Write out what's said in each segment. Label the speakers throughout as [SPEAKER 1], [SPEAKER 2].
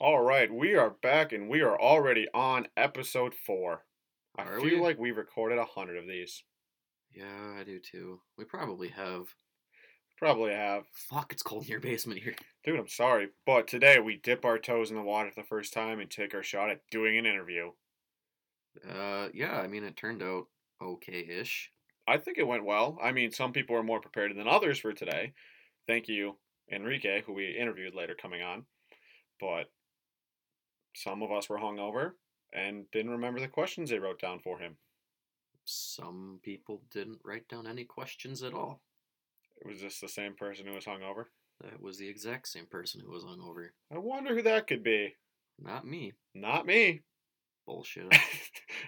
[SPEAKER 1] right, we are back and we are already on episode four. I
[SPEAKER 2] Are
[SPEAKER 1] feel
[SPEAKER 2] we?
[SPEAKER 1] like we've recorded a hundred of these.
[SPEAKER 2] Yeah, I do too. We probably have.
[SPEAKER 1] Probably have.
[SPEAKER 2] Fuck, it's cold in your basement here.
[SPEAKER 1] Dude, I'm sorry, but today we dip our toes in the water for the first time and take our shot at doing an interview.
[SPEAKER 2] Uh, yeah, I mean, it turned out okay ish.
[SPEAKER 1] I think it went well. I mean, some people are more prepared than others for today. Thank you, Enrique, who we interviewed later coming on. But some of us were hungover and didn't remember the questions they wrote down for him.
[SPEAKER 2] Some people didn't write down any questions at all.
[SPEAKER 1] Was this the same person who was hungover?
[SPEAKER 2] That was the exact same person who was hungover.
[SPEAKER 1] I wonder who that could be.
[SPEAKER 2] Not me.
[SPEAKER 1] Not me.
[SPEAKER 2] Bullshit.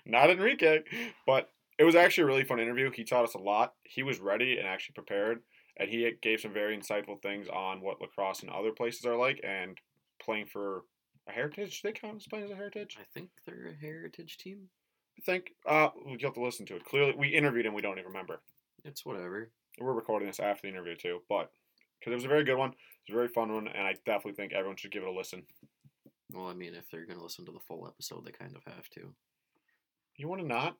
[SPEAKER 1] not Enrique, but it was actually a really fun interview. He taught us a lot. He was ready and actually prepared, and he gave some very insightful things on what lacrosse and other places are like and playing for a heritage. Do they count as playing as a heritage?
[SPEAKER 2] I think they're a heritage team.
[SPEAKER 1] I think uh, you'll have to listen to it. Clearly, we interviewed him. We don't even remember.
[SPEAKER 2] It's whatever.
[SPEAKER 1] We're recording this after the interview too, but because it was a very good one, it was a very fun one, and I definitely think everyone should give it a listen.
[SPEAKER 2] Well, I mean, if they're going to listen to the full episode, they kind of have to.
[SPEAKER 1] You want to not?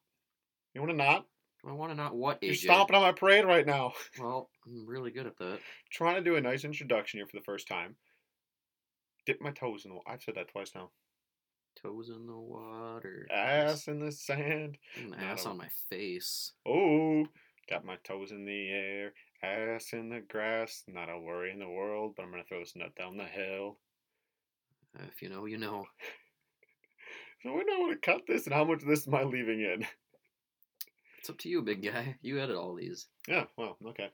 [SPEAKER 1] You want to not?
[SPEAKER 2] Do I want to not what, AJ?
[SPEAKER 1] You're stomping on my parade right now.
[SPEAKER 2] Well, I'm really good at that.
[SPEAKER 1] trying to do a nice introduction here for the first time. Dip my toes in the. wa- I've said that twice now.
[SPEAKER 2] Toes in the water.
[SPEAKER 1] Ass in the sand.
[SPEAKER 2] An
[SPEAKER 1] Not
[SPEAKER 2] ass
[SPEAKER 1] a-
[SPEAKER 2] on my face.
[SPEAKER 1] Oh, got my toes in the air. Ass in the grass. Not a worry in the world, but I'm gonna throw this nut down the hill.
[SPEAKER 2] Uh, if you know, you know.
[SPEAKER 1] So we know how to cut this and how much of this am I leaving in?
[SPEAKER 2] It's up to you, big guy. You edit all these.
[SPEAKER 1] Yeah. Well, Oh, okay.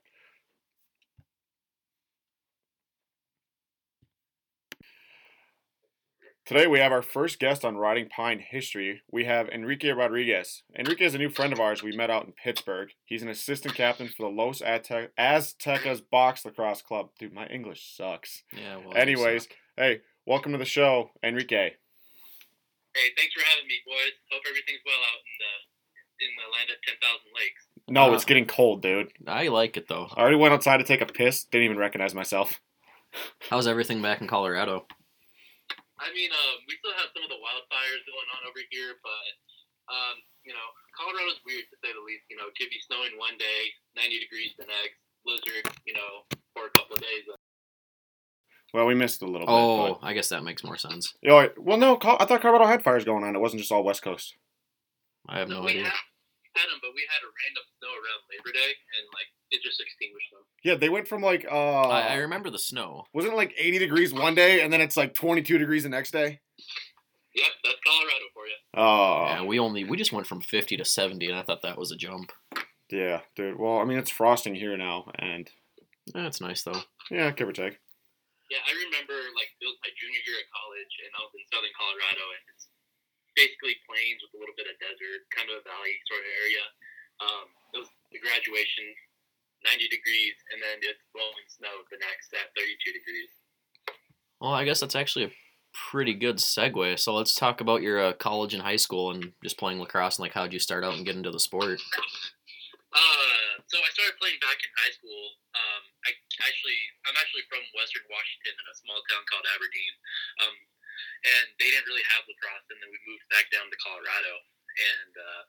[SPEAKER 1] Today we have our first guest on Riding Pine History. We have Enrique Rodriguez. Enrique is a new friend of ours we met out in Pittsburgh. He's an assistant captain for the Los Azte- Aztecas Box Lacrosse Club. Dude, my English sucks.
[SPEAKER 2] Yeah. Well, uh,
[SPEAKER 1] Anyways, hey, welcome to the show, Enrique.
[SPEAKER 3] Hey, thanks for having me, boys. Hope everything's well out in the in the land of ten thousand lakes.
[SPEAKER 1] No,
[SPEAKER 2] Uh.
[SPEAKER 1] it's getting cold, dude.
[SPEAKER 2] I like it though.
[SPEAKER 1] I already went outside to take a piss. Didn't even recognize myself.
[SPEAKER 2] How's everything back in Colorado?
[SPEAKER 3] I mean, um, we still have some of the wildfires going on over here, but um, you know, Colorado's weird to say the least. You know, it could be snowing one day, ninety degrees the next, blizzard, you know, for a couple of days.
[SPEAKER 1] Well, we missed a little bit. but-
[SPEAKER 2] Oh, I guess that makes more sense.
[SPEAKER 1] Yeah, all right. well, no, Col- I thought Colorado had fires going on. It wasn't just all West Coast.
[SPEAKER 2] I have no
[SPEAKER 3] we
[SPEAKER 2] idea.
[SPEAKER 3] Had, had 'em, but we had a random snow around Labor Day, and like it just extinguished them.
[SPEAKER 1] Yeah, they went from like uh,
[SPEAKER 2] I, I remember the snow.
[SPEAKER 1] wasn't it like 80 degrees one day, and then it's like 22 degrees the next day.
[SPEAKER 3] Yep, that's Colorado for you.
[SPEAKER 1] Oh,
[SPEAKER 2] yeah,
[SPEAKER 1] yeah.
[SPEAKER 2] we only we just went from fifty to seventy, and I thought that was a jump.
[SPEAKER 1] dude. Well, I mean, it's frosting here now, and
[SPEAKER 2] That's Eh, nice though.
[SPEAKER 1] yeah, give or take.
[SPEAKER 3] Yeah, I remember like it was my junior year at college, and I was in southern Colorado, and it's basically plains with a little bit of desert, kind of a valley sort of area. Um, it was the graduation, 90 degrees, and then it's blowing snow the next at 32 degrees.
[SPEAKER 2] Well, I guess that's actually a pretty good segue. So let's talk about your uh, college and high school and just playing lacrosse and like how'd you start out and get into the sport?
[SPEAKER 3] Uh, so I started playing back in high school. Um, I actually, I'm actually from Western Washington in a small town called Aberdeen. Um, and they didn't really have lacrosse, and then we moved back down to Colorado. And uh,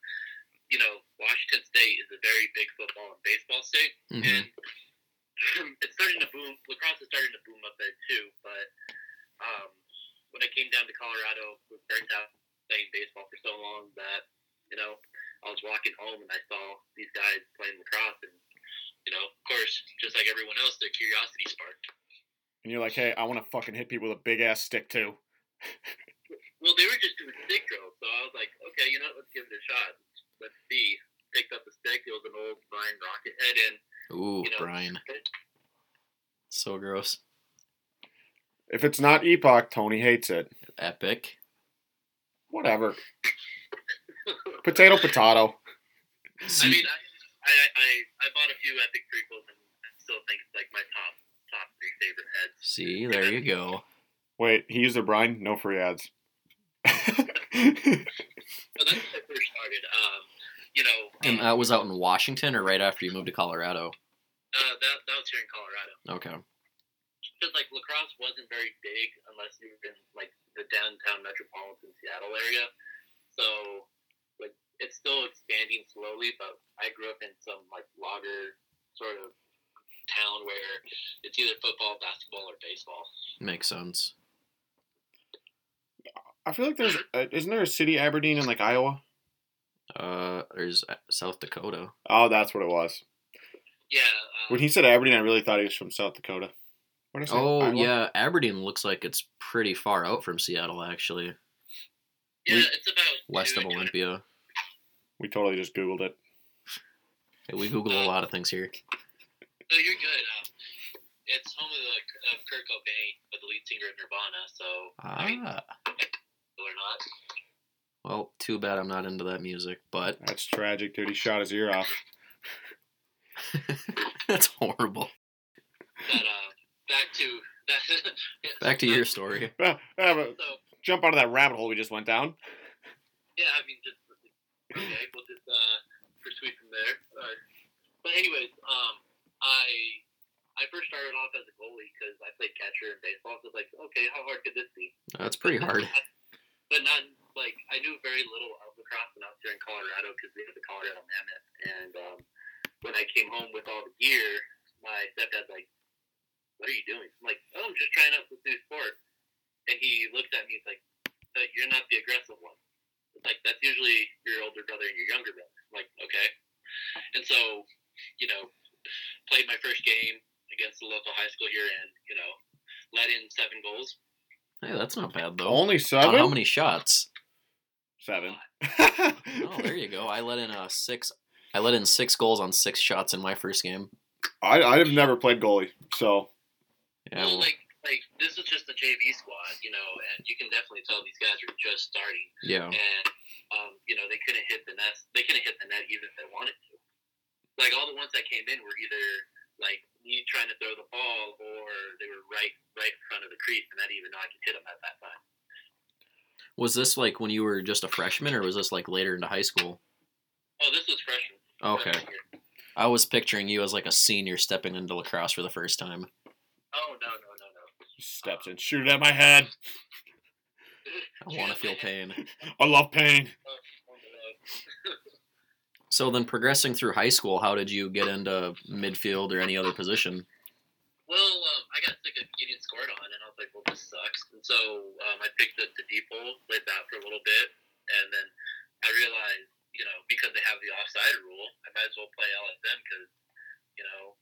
[SPEAKER 3] you know, Washington State is a very big football and baseball state,
[SPEAKER 1] Mm-hmm.
[SPEAKER 2] Mhm.
[SPEAKER 3] and it's starting to boom. Lacrosse is starting to boom up there too. But um, when I came down to Colorado, I was burnt out playing baseball for so long that you know I was walking home and I saw these guys playing lacrosse, and you know, of course, just like everyone else, their curiosity sparked.
[SPEAKER 1] And you're like, hey, I want to fucking hit people with a big ass stick too.
[SPEAKER 3] Well, they were just doing stick drills, so I was like, okay, you know, what, let's give it a shot. Let's see. Picked up the stick. It was an old Brian Rocket head, and
[SPEAKER 2] Ooh,
[SPEAKER 3] you know,
[SPEAKER 2] Brian, so gross.
[SPEAKER 1] If it's not Epoch, Tony hates it.
[SPEAKER 2] Epic.
[SPEAKER 1] Whatever. potato, potato.
[SPEAKER 3] I mean, I, I, I, I bought a few epic prequels, and I still think it's like my top top three favorite heads.
[SPEAKER 2] See, there you go.
[SPEAKER 1] Wait, he used a brine? No free ads.
[SPEAKER 3] So that's when I first started. Um, you know,
[SPEAKER 2] And
[SPEAKER 3] uh,
[SPEAKER 2] that was out in Washington or right after you moved to Colorado?
[SPEAKER 3] uh, that that was here in Colorado.
[SPEAKER 2] Okay.
[SPEAKER 3] Because like lacrosse wasn't very big unless you were in like the downtown metropolitan Seattle area. So like it's still expanding slowly, but I grew up in some like lager sort of town where it's either football, basketball, or baseball.
[SPEAKER 2] Makes sense.
[SPEAKER 1] I feel like there's uh, isn't there a city Aberdeen in like Iowa?
[SPEAKER 2] Uh, there's uh, South Dakota.
[SPEAKER 1] Oh, that's what it was.
[SPEAKER 3] Yeah.
[SPEAKER 1] When
[SPEAKER 3] Um,
[SPEAKER 1] he said Aberdeen, I really thought he was from South Dakota. What did I say?
[SPEAKER 2] Oh
[SPEAKER 1] Iowa?
[SPEAKER 2] yeah, Aberdeen looks like it's pretty far out from Seattle, actually,
[SPEAKER 3] yeah, it's about
[SPEAKER 2] west
[SPEAKER 3] two
[SPEAKER 2] of
[SPEAKER 3] to two and a
[SPEAKER 2] Olympia.
[SPEAKER 1] We totally just googled it.
[SPEAKER 2] Hey, we Google a lot of things here.
[SPEAKER 3] No, you're good. Um, it's home of, the, of Kurt Cobain, with the lead singer of Nirvana. So I mean,
[SPEAKER 2] Ah,
[SPEAKER 3] or not,
[SPEAKER 2] well, too bad I'm not into that music, but
[SPEAKER 1] That's tragic, dude. He shot his ear off.
[SPEAKER 2] that's horrible.
[SPEAKER 3] but uh, back to
[SPEAKER 2] Back to your story.
[SPEAKER 1] Ah, ah, but
[SPEAKER 3] So
[SPEAKER 1] jump out of that rabbit hole we just went down.
[SPEAKER 3] yeah, I mean, just okay, we'll just uh, pursue from there. Uh, but anyways, um, I I first started off as a goalie because I played catcher in baseball. So I was like, okay, how hard could this be?
[SPEAKER 2] That's pretty hard.
[SPEAKER 3] But not like I knew very little of lacrosse when I was here in Colorado because we had the Colorado Mammoth. And um, when I came home with all the gear, my stepdad's like, "What are you doing?" I'm like, "Oh, I'm just trying out this new sport." And he looks at me. He's like, "Uh, "You're not the aggressive one." It's like that's usually your older brother and your younger brother. I'm like, okay. And so, you know, played my first game against the local high school here, and you know, let in seven goals.
[SPEAKER 2] Hey, that's not bad though.
[SPEAKER 1] Only
[SPEAKER 2] On
[SPEAKER 1] seven.
[SPEAKER 2] Oh. Uh, how many shots?
[SPEAKER 1] Seven.
[SPEAKER 2] Oh, there you go. I let in uh six. I let in six goals on six shots in my first game.
[SPEAKER 1] I I have never played goalie, so
[SPEAKER 2] Yeah, well,
[SPEAKER 3] well, like like this is just the JV squad, you know, and you can definitely tell these guys are just starting,
[SPEAKER 2] yeah.
[SPEAKER 3] and um, you know they couldn't hit the net. They couldn't hit the net even if they wanted to. Like all the ones that came in were either like me trying to throw the ball, or they were right right in front of the crease, and not even though I could hit them at that time.
[SPEAKER 2] Was this like when you were just a freshman, or was this like later into high school?
[SPEAKER 3] Oh, this was freshman.
[SPEAKER 2] Okay.
[SPEAKER 3] freshman year.
[SPEAKER 2] I was picturing you as like a senior stepping into lacrosse for the first time.
[SPEAKER 3] Oh no no no no.
[SPEAKER 1] steps and shoot at my head.
[SPEAKER 2] I want to feel pain.
[SPEAKER 1] I love pain.
[SPEAKER 3] Oh,
[SPEAKER 2] So then, progressing through high school, how did you get into midfield or any other position?
[SPEAKER 3] Well, um, I got sick of getting scored on, and I was like, "Well, this sucks." And so um, I picked up the deep hole, played that for a little bit, and then I realized, you know, because they have the offside rule, I might as well play LSM because, you know,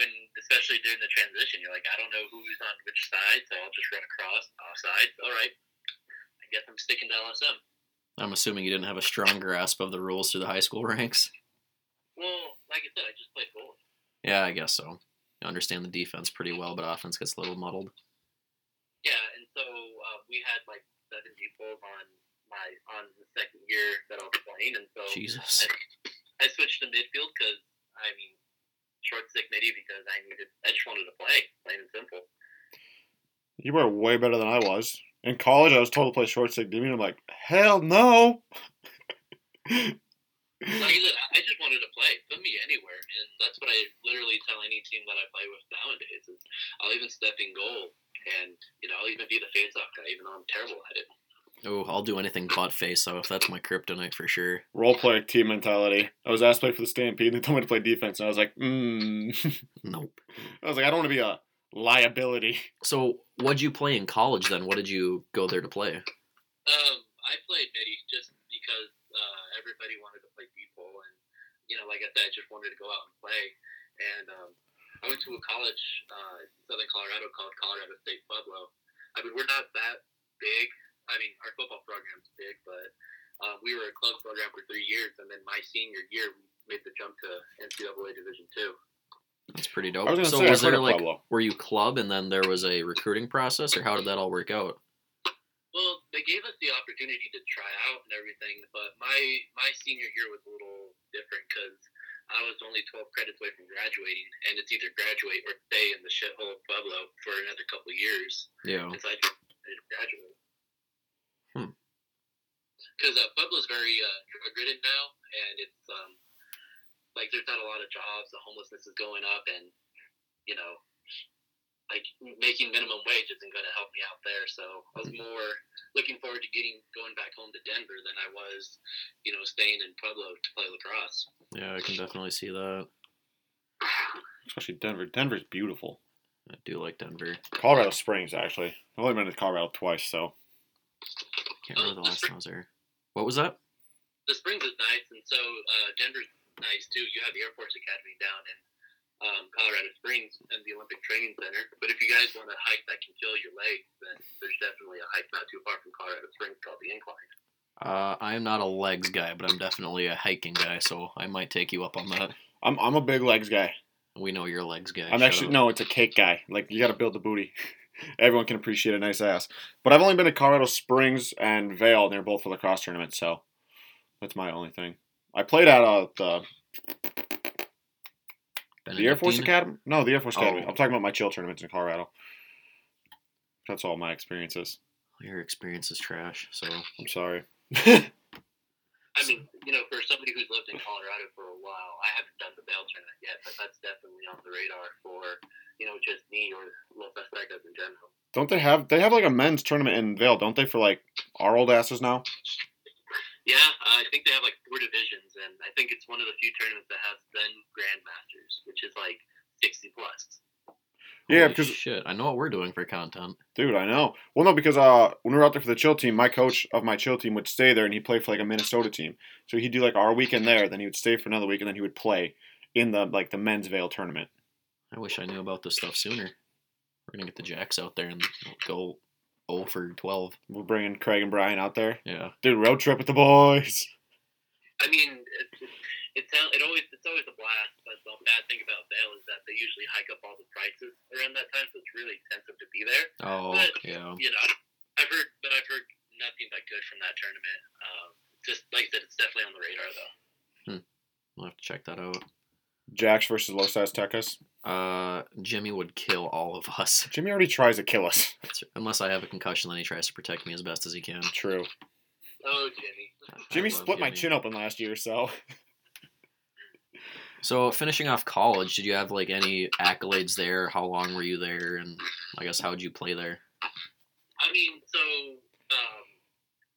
[SPEAKER 3] when especially during the transition, you're like, I don't know who's on which side, so I'll just run across offside. All right, I guess I'm sticking to LSM.
[SPEAKER 2] I'm assuming you didn't have a strong grasp of the rules through the high school ranks.
[SPEAKER 3] Well, like I said, I just played goalie.
[SPEAKER 2] Yeah, I guess so. You understand the defense pretty well, but offense gets a little muddled.
[SPEAKER 3] Yeah, and so uh, we had like seven people on my on the second year that I was playing, and so
[SPEAKER 2] Jesus.
[SPEAKER 3] I switched to midfield because I mean short stick midi because I needed I just wanted to play plain and simple.
[SPEAKER 1] You were way better than I was. In college, I was told to play short stick DB, and I'm like, hell no.
[SPEAKER 3] Like I said, I- I just wanted to play. Put me anywhere, and that's what I literally tell any team that I play with nowadays. Is I'll even step in goal, and you know I'll even be the face-off guy, even though I'm terrible at it.
[SPEAKER 2] Oh, I'll do anything but face off. That's my kryptonite for sure.
[SPEAKER 1] Role play team mentality. I was asked to play for the Stampede, and they told me to play defense, and I was like, mm.
[SPEAKER 2] Nope.
[SPEAKER 1] I was like, I don't want to be a liability.
[SPEAKER 2] So, what'd you play in college then? What did you go there to play?
[SPEAKER 3] Um, I played midi just because uh, everybody wanted to play people, and you know, like I said, I just wanted to go out and play. And um, I went to a college uh, in Southern Colorado called Colorado State Pueblo. I mean, we're not that big. I mean, our football program's big, but um, we were a club program for three years, and then my senior year we made the jump to NCAA Division Two.
[SPEAKER 2] That's pretty dope.
[SPEAKER 1] I was gonna
[SPEAKER 2] so,
[SPEAKER 1] say,
[SPEAKER 2] was
[SPEAKER 1] I
[SPEAKER 2] there like,
[SPEAKER 1] Pueblo.
[SPEAKER 2] were you club and then there was a recruiting process, or how did that all work out?
[SPEAKER 3] Well, they gave us the opportunity to try out and everything, but my my senior year was a little different because I was only 12 credits away from graduating, and it's either graduate or stay in the shithole of Pueblo for another couple years.
[SPEAKER 2] Yeah.
[SPEAKER 3] And so I decided to graduate.
[SPEAKER 2] Hmm.
[SPEAKER 3] Because uh, Pueblo's very uh, drug ridden now, and it's um, like there's not a lot of jobs. The homelessness is going up, and you know, like making minimum wage isn't going to help me out there. So I was more looking forward to getting going back home to Denver than I was, you know, staying in Pueblo to play lacrosse.
[SPEAKER 2] Yeah, I can definitely see that.
[SPEAKER 1] Especially Denver. Denver's beautiful.
[SPEAKER 2] I do like Denver.
[SPEAKER 1] Colorado Springs, actually. I've only been to Colorado twice, so
[SPEAKER 2] Can't remember the last time I was there. What was that?
[SPEAKER 3] The Springs is nice, and so uh, Denver's nice too. You have the Air Force Academy down in um, Colorado Springs and the Olympic Training Center. But if you guys want a hike that can kill your legs, then there's definitely a hike not too far from Colorado Springs called the Incline.
[SPEAKER 2] Uh, I am not a legs guy, but I'm definitely a hiking guy, so I might take you up on that.
[SPEAKER 1] I'm I'm a big legs guy.
[SPEAKER 2] We know you're a legs guy.
[SPEAKER 1] I'm
[SPEAKER 2] shut
[SPEAKER 1] actually
[SPEAKER 2] up.
[SPEAKER 1] no, it's a cake guy. Like you got to build the booty. Everyone can appreciate a nice ass. But I've only been to Colorado Springs and Vale, and they're both for lacrosse tournaments, so that's my only thing. I played at uh, the the Air Force
[SPEAKER 2] Benedictine?
[SPEAKER 1] Academy. No, the Air Force
[SPEAKER 2] Oh.
[SPEAKER 1] Academy. I'm talking about my chill tournaments in Colorado. That's all my experiences.
[SPEAKER 2] Your experience is trash, so
[SPEAKER 1] I'm sorry.
[SPEAKER 3] I mean, you know, for somebody who's lived in Colorado for a while, I haven't done the bail tournament yet, but that's definitely on the radar for, you know, just me or Los Aztecas in general.
[SPEAKER 1] Don't they have they have like a men's tournament in Vale? Don't they for like our old asses now?
[SPEAKER 3] Yeah, uh, I think they have like four divisions, and I think it's one of the few tournaments that has then grandmasters, which is like 60 plus.
[SPEAKER 1] Yeah,
[SPEAKER 2] Holy
[SPEAKER 1] because-
[SPEAKER 2] shit, I know what we're doing for content.
[SPEAKER 1] Dude, I know. Well, no, because uh, when we were out there for the chill team, my coach of my chill team would stay there, and he played for like a Minnesota team. So he'd do like our weekend there, then he would stay for another week, and then he would play in the like the men's Vale tournament.
[SPEAKER 2] I wish I knew about this stuff sooner. We're gonna get the Jacks out there and go 0 for 12.
[SPEAKER 1] We're bringing Craig and Brian out there,
[SPEAKER 2] Yeah,
[SPEAKER 1] dude. Road trip with the boys.
[SPEAKER 3] I mean, it, it, sound- it always it's always a blast, but the bad thing about Vail is that they usually hike up all the prices around that time, so it's really expensive to be there.
[SPEAKER 2] Oh,
[SPEAKER 3] But-
[SPEAKER 2] yeah.
[SPEAKER 3] You know, I've heard, but I've heard nothing but good from that tournament. Um, just like I said, it's definitely on the radar though.
[SPEAKER 2] I'll have to check that out.
[SPEAKER 1] Jax versus Los Aztecas.
[SPEAKER 2] Uh, Jimmy would kill all of us.
[SPEAKER 1] Jimmy already tries to kill us.
[SPEAKER 2] That's- Unless I have a concussion, then he tries to protect me as best as he can.
[SPEAKER 1] True.
[SPEAKER 3] Oh, Jimmy.
[SPEAKER 2] I
[SPEAKER 1] Jimmy
[SPEAKER 2] love
[SPEAKER 1] split my
[SPEAKER 2] Jimmy.
[SPEAKER 1] chin open last year, so
[SPEAKER 2] So, finishing off college, did you have like any accolades there? How long were you there? And I guess how'd you play there?
[SPEAKER 3] I mean, so um,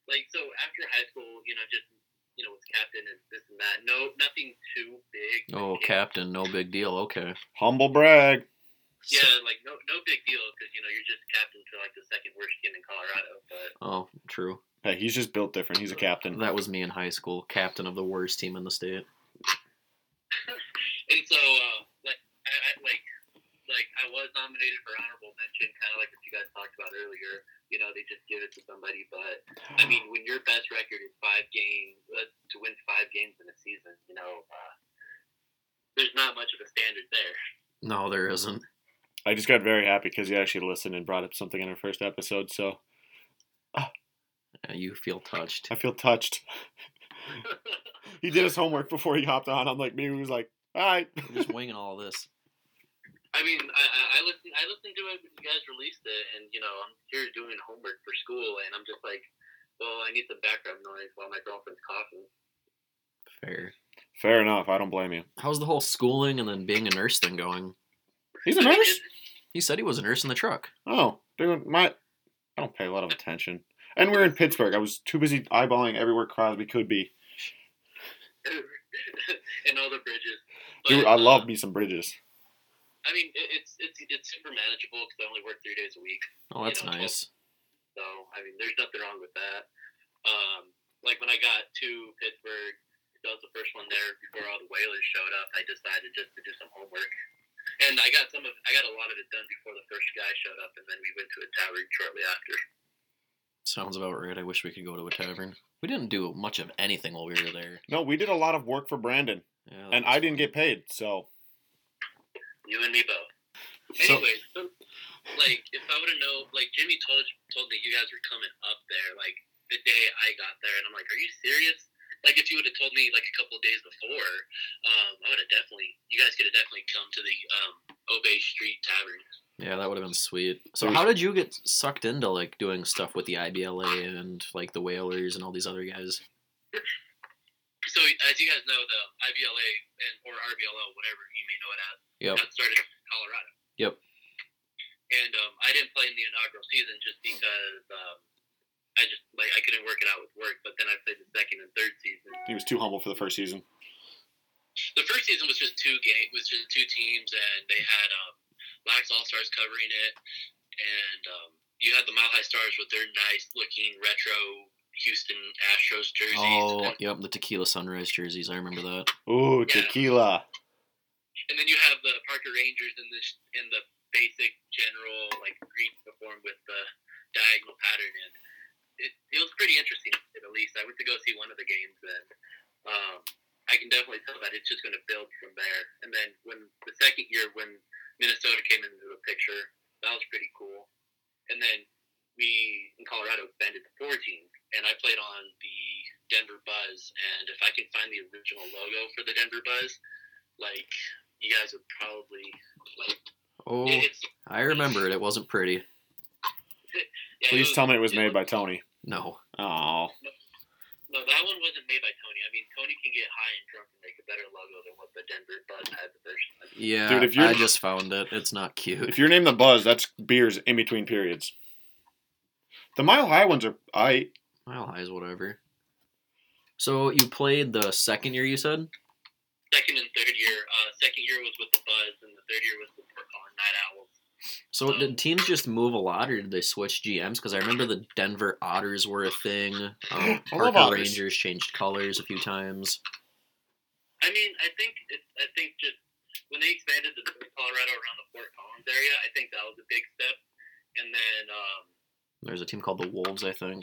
[SPEAKER 3] like so after high school, you know, just you know, was captain and this and that. No, nothing too big.
[SPEAKER 2] Oh, captain, no big deal. Okay.
[SPEAKER 1] humble brag.
[SPEAKER 2] So-
[SPEAKER 3] Yeah, like no, no big deal because you know you're just captain for like the second worst team in Colorado. But
[SPEAKER 2] Oh, true.
[SPEAKER 1] Hey, he's just built different. He's a captain.
[SPEAKER 2] That was me in high school, captain of the worst team in the state.
[SPEAKER 3] and so uh, like I, I like like I was nominated for honorable mention, kind of like what you guys talked about earlier. You know, they just give it to somebody. But I mean, when your best record is five games uh, to win five games in a season, you know, uh, there's not much of a standard there.
[SPEAKER 2] No, there isn't.
[SPEAKER 1] I just got very happy because he actually listened and brought up something in our first episode, so
[SPEAKER 2] Yeah, you feel touched.
[SPEAKER 1] I feel touched. he did his homework before he hopped on. I'm like, maybe he was like, all right.
[SPEAKER 2] I'm just winging all this.
[SPEAKER 3] I mean, I, I, I listened. I listened to it when you guys released it, and you know, I'm here doing homework for school, and I'm just like, well, I need some background noise while my girlfriend's coughing.
[SPEAKER 2] Fair.
[SPEAKER 1] Fair enough. I don't blame you.
[SPEAKER 2] How's the whole schooling and then being a nurse thing going?
[SPEAKER 1] He's a nurse.
[SPEAKER 2] He said he was a nurse in the truck.
[SPEAKER 1] Oh, dude, my I don't pay a lot of attention. And we're in Pittsburgh. I was too busy eyeballing everywhere Crosby could be.
[SPEAKER 3] and all the bridges. uh,
[SPEAKER 1] Dude, I love me some Bridges.
[SPEAKER 3] I mean, it, it's it's it's super manageable because I only work three days a week.
[SPEAKER 2] Oh, that's
[SPEAKER 3] Yeah,
[SPEAKER 2] nice.
[SPEAKER 3] So I mean, there's nothing wrong with that. Um, like when I got to Pittsburgh, that was the first one there before all the whalers showed up. I decided just to do some homework, and I got some of I got a lot of it done before the first guy showed up, and then we went to a tavern shortly after.
[SPEAKER 2] Sounds about right. I wish we could go to a tavern. We didn't do much of anything while we were there.
[SPEAKER 1] No, we did a lot of work for Brandon,
[SPEAKER 2] Yeah, that
[SPEAKER 1] and
[SPEAKER 2] was
[SPEAKER 1] I didn't get
[SPEAKER 2] fun.
[SPEAKER 1] paid. So
[SPEAKER 3] You and me both.
[SPEAKER 2] So-
[SPEAKER 3] Anyway, so, like if I would have known, like Jimmy told told me you guys were coming up there, like the day I got there, and I'm like, are you serious? Like if you would have told me like a couple of days before, um, I would have definitely. You guys could have definitely come to the um, Obey Street Tavern.
[SPEAKER 2] Yeah, that would have been sweet. So,
[SPEAKER 1] There
[SPEAKER 2] how did you get sucked into like doing stuff with the IBLA and like the Whalers and all these other guys?
[SPEAKER 3] So as you guys know, the IBLA and or RBLO, whatever you may know it as,
[SPEAKER 2] Yep.
[SPEAKER 3] got started in Colorado.
[SPEAKER 2] Yep.
[SPEAKER 3] um, I didn't play in the inaugural season just because um, I just like I couldn't work it out with work. But then I played the second and third season.
[SPEAKER 1] He was too humble for the first season.
[SPEAKER 3] The first season was just two game was just two teams, and they had um, Lax All Stars covering it, and um, you had the Mile High Stars with their nice looking retro Houston Astros jerseys.
[SPEAKER 2] Oh,
[SPEAKER 3] and,
[SPEAKER 2] yep, the tequila sunrise jerseys. I remember that.
[SPEAKER 1] Ooh,
[SPEAKER 3] Yeah.
[SPEAKER 1] tequila.
[SPEAKER 3] and then you have the Parker Rangers in this in the basic general like green uniform with the diagonal pattern in. It, it was pretty interesting at least. I went to go see one of the games and um, I can definitely tell that it's just going to build from there. And then when the second year when Minnesota came into the picture, that was pretty cool. And then we in Colorado expanded to four teams, and I played on the Denver Buzz. And if I can find the original logo for the Denver Buzz, like you guys would probably like.
[SPEAKER 2] Oh,
[SPEAKER 3] it- it's,
[SPEAKER 2] I remember it. It wasn't pretty.
[SPEAKER 3] yeah, it
[SPEAKER 1] Please
[SPEAKER 3] was-
[SPEAKER 1] tell me it was made by Tony.
[SPEAKER 2] No.
[SPEAKER 1] Oh,
[SPEAKER 3] No, that one wasn't made by Tony. I mean, Tony can get high and drunk and make a better logo than what the Denver Buzz had the version. of.
[SPEAKER 2] Yeah,
[SPEAKER 1] Dude, if you're-
[SPEAKER 2] I just found it. It's not cute.
[SPEAKER 1] if you're named the Buzz, that's beers in between periods. The Mile High ones are I.
[SPEAKER 2] Mile highs, whatever. So you played the second year, you said?
[SPEAKER 3] Second and third year. Uh, second year was with the Buzz, and the third year was with the uh, Night Owls.
[SPEAKER 2] So did teams just move a lot, or did they switch GMs? Because I remember the Denver Otters were a thing. Um,
[SPEAKER 1] I love
[SPEAKER 2] Parker
[SPEAKER 1] Otters.
[SPEAKER 2] Rangers changed colors a few times.
[SPEAKER 3] I mean, I think it, I think just when they expanded to North Colorado around the Fort Collins area, I think that was a big step. And then, um,
[SPEAKER 2] There's a team called the Wolves, I think.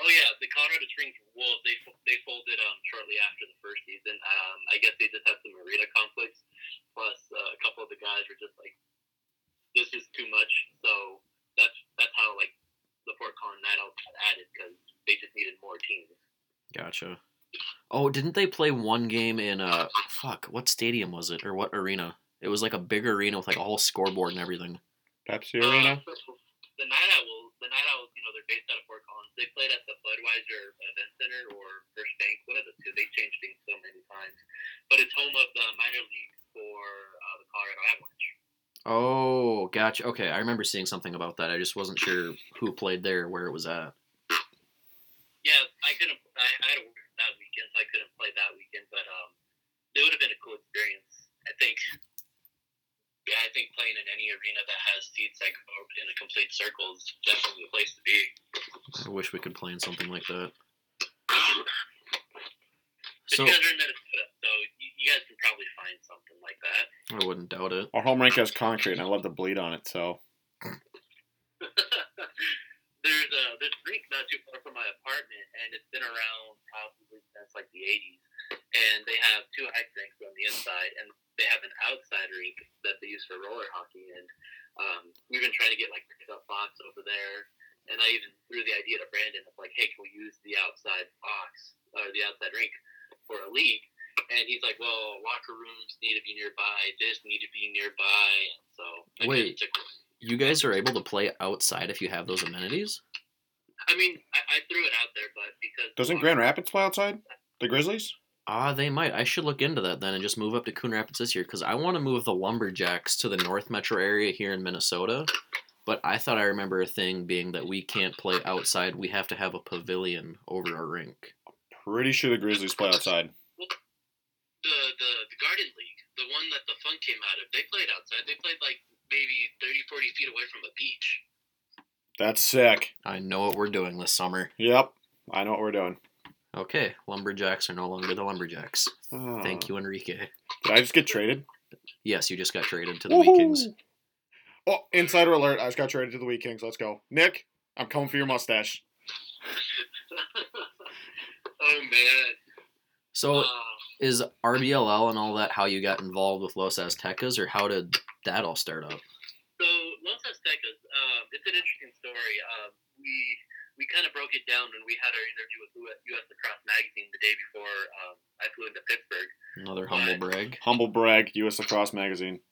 [SPEAKER 3] oh yeah, the Colorado Springs Wolves they fo- they folded um, shortly after the first season. Um, I guess they just had some arena conflicts. Plus, uh, a couple of the guys were just like, "This is too much." So that's that's how like the Fort Collins Night Owls got added because they just needed more teams.
[SPEAKER 2] Gotcha. Oh, didn't they play one game in uh fuck, what stadium was it or what arena? It was like a big arena with like a whole scoreboard and everything.
[SPEAKER 1] Pepsi
[SPEAKER 3] Uh,
[SPEAKER 1] Arena.
[SPEAKER 3] The Night Owls, the Night Owls, you know, they're based out of Fort Collins. They played at the Budweiser Event Center or First Bank, one of the two. They changed things so many times, but it's home of the minor league for uh, the Colorado Avalanche.
[SPEAKER 2] Oh, gotcha. Okay, I remember seeing something about that. I just wasn't sure who played there, where it was at.
[SPEAKER 3] Yeah, I couldn't. I, I had to work that weekend, so I couldn't play that weekend. But um, it would have been a cool experience. I think. Yeah, I think playing in any arena that has seats that go in a complete circle is definitely the place to be.
[SPEAKER 2] I wish we could play in something like that. So
[SPEAKER 3] But you guys are in Minnesota, so you, you guys can probably find something like that.
[SPEAKER 2] I wouldn't doubt it.
[SPEAKER 1] Our home rink has concrete, and I love the bleed on it. So
[SPEAKER 3] there's a there's a rink not too far from my apartment, and it's been around probably since like the 80s. And they have two ice rinks on the inside, and they have an outside rink that they use for roller hockey. And um, we've been trying to get like a box over there. And I even threw the idea to Brandon of like, hey, can we use the outside box or the outside rink for a league? And he's like, well, locker rooms need to be nearby. This need to be nearby. And so I guess
[SPEAKER 2] Wait.
[SPEAKER 3] it's a-
[SPEAKER 2] You guys are able to play outside if you have those amenities?
[SPEAKER 3] I mean, I, I threw it out there, but because
[SPEAKER 1] doesn't Grand Rapids play outside? The Grizzlies?
[SPEAKER 2] Ah, they might. I should look into that then and just move up to Coon Rapids this year because I want to move the Lumberjacks to the North Metro area here in Minnesota. But I thought I remember a thing being that we can't play outside. We have to have a pavilion over our rink.
[SPEAKER 1] Pretty sure the Grizzlies play outside.
[SPEAKER 3] the, the the Garden League, the one that the Funk came out of, they played outside. They played like maybe 30, 40 feet away from a beach.
[SPEAKER 1] That's sick.
[SPEAKER 2] I know what we're doing this summer.
[SPEAKER 1] Yep, I know what we're doing.
[SPEAKER 2] Okay, Lumberjacks are no longer the Lumberjacks.
[SPEAKER 1] Uh.
[SPEAKER 2] Thank you, Enrique.
[SPEAKER 1] Did I just get traded?
[SPEAKER 2] Yes, you just got traded to the Wee Kings.
[SPEAKER 1] Woohoo! Oh, insider alert! I just got traded to the Wheat Kings. Let's go, Nick. I'm coming for your mustache.
[SPEAKER 3] oh man.
[SPEAKER 2] So,
[SPEAKER 3] Uh,
[SPEAKER 2] is RBLL and all that how you got involved with Los Aztecas, or how did that all start up?
[SPEAKER 3] So Los Aztecas, um, it's an interesting story. Um, we we kind of broke it down when we had our interview with US, US Lacrosse Magazine the day before um, I flew into Pittsburgh.
[SPEAKER 2] Another humble brag.
[SPEAKER 1] Humble brag, U.S. Lacrosse Magazine.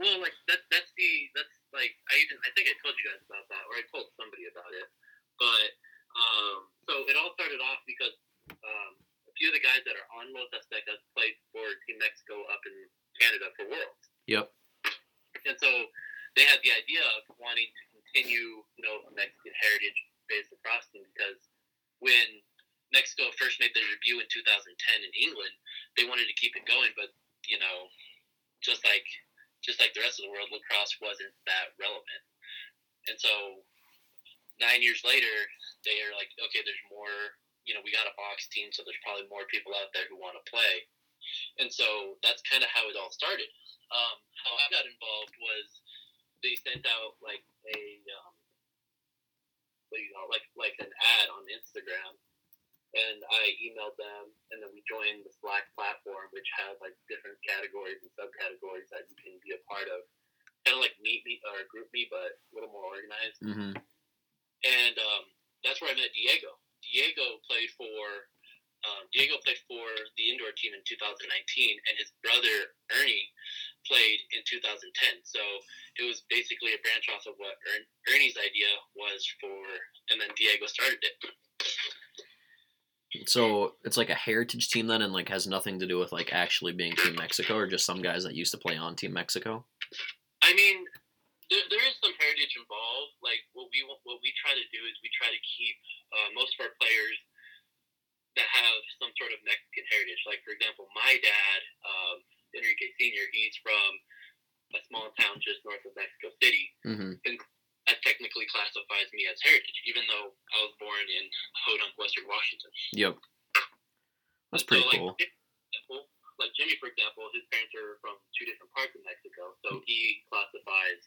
[SPEAKER 3] Well, like that, that's the that's like I even I think I told you guys about that, or I told somebody about it. But um, so it all started off because um, a few of the guys that are on Los Aztecas played for Team Mexico up in Canada for Worlds.
[SPEAKER 2] Yep.
[SPEAKER 3] And so they had the idea of wanting to continue, you know, Mexican heritage based lacrosse because when Mexico first made their debut in 2010 in England, they wanted to keep it going, but you know, just like just like the rest of the world, lacrosse wasn't that relevant. And so nine years later, they are like, okay, there's more. You know, we got a box team, so there's probably more people out there who want to play. And so that's kind of how it all started. Um, how I got involved was they sent out like a um, what do you call it? like like an ad on Instagram and I emailed them, and then we joined the Slack platform, which has like different categories and subcategories that you can be a part of, kind of like meet me or group me, but a little more organized.
[SPEAKER 2] Mm-hmm.
[SPEAKER 3] And um, that's where I met Diego. Diego played for um, Diego played for the indoor team in 2019, and his brother Ernie played in 2010. So it was basically a branch off of what Ern- Ernie's idea was for, and then Diego started it.
[SPEAKER 2] So it's like a heritage team then, and like has nothing to do with like actually being Team Mexico, or just some guys that used to play on Team Mexico.
[SPEAKER 3] I mean, there, there is some heritage involved. Like what we want- what we try to do is we try to keep uh, most of our players that have some sort of Mexican heritage. Like for example, my dad, um, Enrique Senior, he's from a small town just north of Mexico City.
[SPEAKER 2] Mm-hmm.
[SPEAKER 3] That technically classifies me as heritage, even though I was born in Hodunk, Western Washington.
[SPEAKER 2] Yep. That's pretty
[SPEAKER 3] so, like,
[SPEAKER 2] cool.
[SPEAKER 3] Jimmy, for example- like Jimmy, for example, his parents are from two different parts of Mexico, so he classifies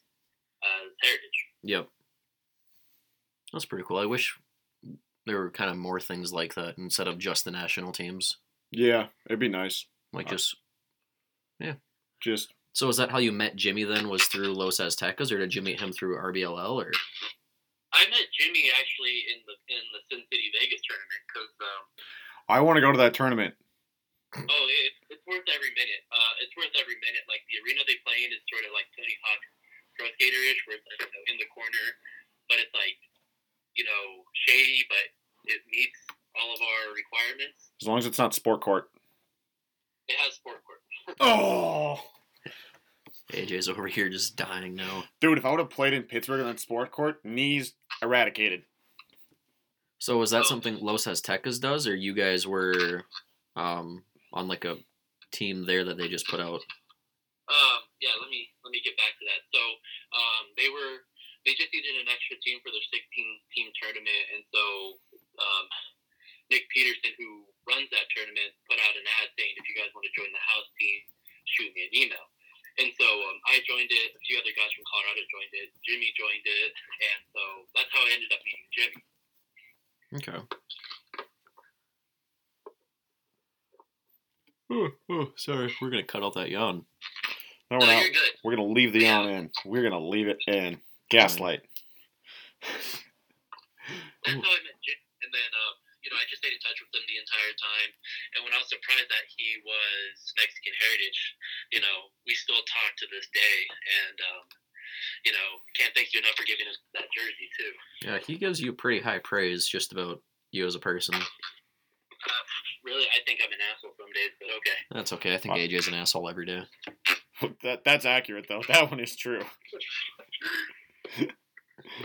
[SPEAKER 3] as heritage.
[SPEAKER 2] Yep. That's pretty cool. I wish there were kind of more things like that instead of just the national teams.
[SPEAKER 1] Yeah, it'd be nice.
[SPEAKER 2] Like
[SPEAKER 1] Uh,
[SPEAKER 2] just
[SPEAKER 1] Just
[SPEAKER 2] so is that how you met Jimmy then was through Los Aztecas or did you meet him through RBLL or
[SPEAKER 3] I met Jimmy actually in the in the Sin City Vegas tournament because um,
[SPEAKER 1] I want to go to that tournament.
[SPEAKER 3] oh, it, it's worth every minute. Uh, it's worth every minute. Like the arena they play in is sort of like Tony Hawk pro skater ish, where it's like, you know, in the corner, but it's like you know shady, but it meets all of our requirements.
[SPEAKER 1] As long as it's not sport court.
[SPEAKER 3] It has sport court.
[SPEAKER 1] Oh,
[SPEAKER 2] AJ's over here just dying now.
[SPEAKER 1] dude! If I would have played in Pittsburgh on that sport court, knees eradicated.
[SPEAKER 2] So is that something Los Aztecas does or you guys were um on like a team there that they just put out?
[SPEAKER 3] Um, yeah, let me let me get back to that. So um, they were they just needed an extra team for their 16 team tournament, and so um, Nick Peterson, who runs that tournament, put out an ad saying, "If you guys want to join the house team, shoot me an email." And so um, I joined it. A few other guys from Colorado joined it. Jimmy joined it, and so that's how I ended up meeting Jimmy.
[SPEAKER 2] Okay. Oh, oh, sorry. We're gonna cut out that yawn.
[SPEAKER 1] No,
[SPEAKER 3] No,
[SPEAKER 1] we're not.
[SPEAKER 3] you're good.
[SPEAKER 1] We're gonna leave the on in. We're gonna leave it in. Gaslight.
[SPEAKER 3] That's
[SPEAKER 2] Ooh.
[SPEAKER 3] how I met Jim. And then, uh, you know, I just stayed in touch with him the entire time. And when I was surprised that he was Mexican heritage, you know, we still talk to this day. And, um, you know, can't thank you enough for giving us that jersey, too.
[SPEAKER 2] Yeah, he gives you pretty high praise just about you as a person.
[SPEAKER 3] Really, I think I'm an asshole some days, but okay.
[SPEAKER 2] That's okay. I think
[SPEAKER 1] Uh,
[SPEAKER 2] AJ's an asshole every day.
[SPEAKER 1] That that's accurate though. That one is true.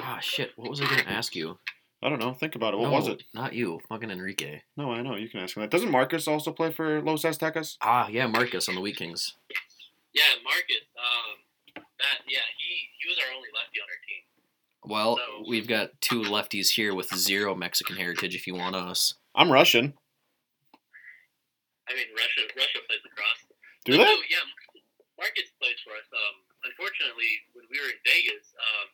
[SPEAKER 2] Ah, shit. What was I gonna ask you?
[SPEAKER 1] I don't know. Think about it. What
[SPEAKER 2] No,
[SPEAKER 1] was it?
[SPEAKER 2] Not you. Fucking Enrique.
[SPEAKER 1] No, I know. You can ask him that. Doesn't Marcus also play for Los Aztecas?
[SPEAKER 2] Ah, yeah, Marcus on the Wheat Kings.
[SPEAKER 3] Yeah, Marcus, um, that, yeah, he, he was our only lefty on our team.
[SPEAKER 2] Well,
[SPEAKER 3] No.
[SPEAKER 2] we've got two lefties here with zero Mexican heritage. If you want us,
[SPEAKER 1] I'm Russian.
[SPEAKER 3] I mean, Russia, Russia plays lacrosse.
[SPEAKER 1] Do
[SPEAKER 3] So,
[SPEAKER 1] they?
[SPEAKER 3] Oh, yeah, Marcus plays for us. Um, unfortunately, when we were in Vegas, um,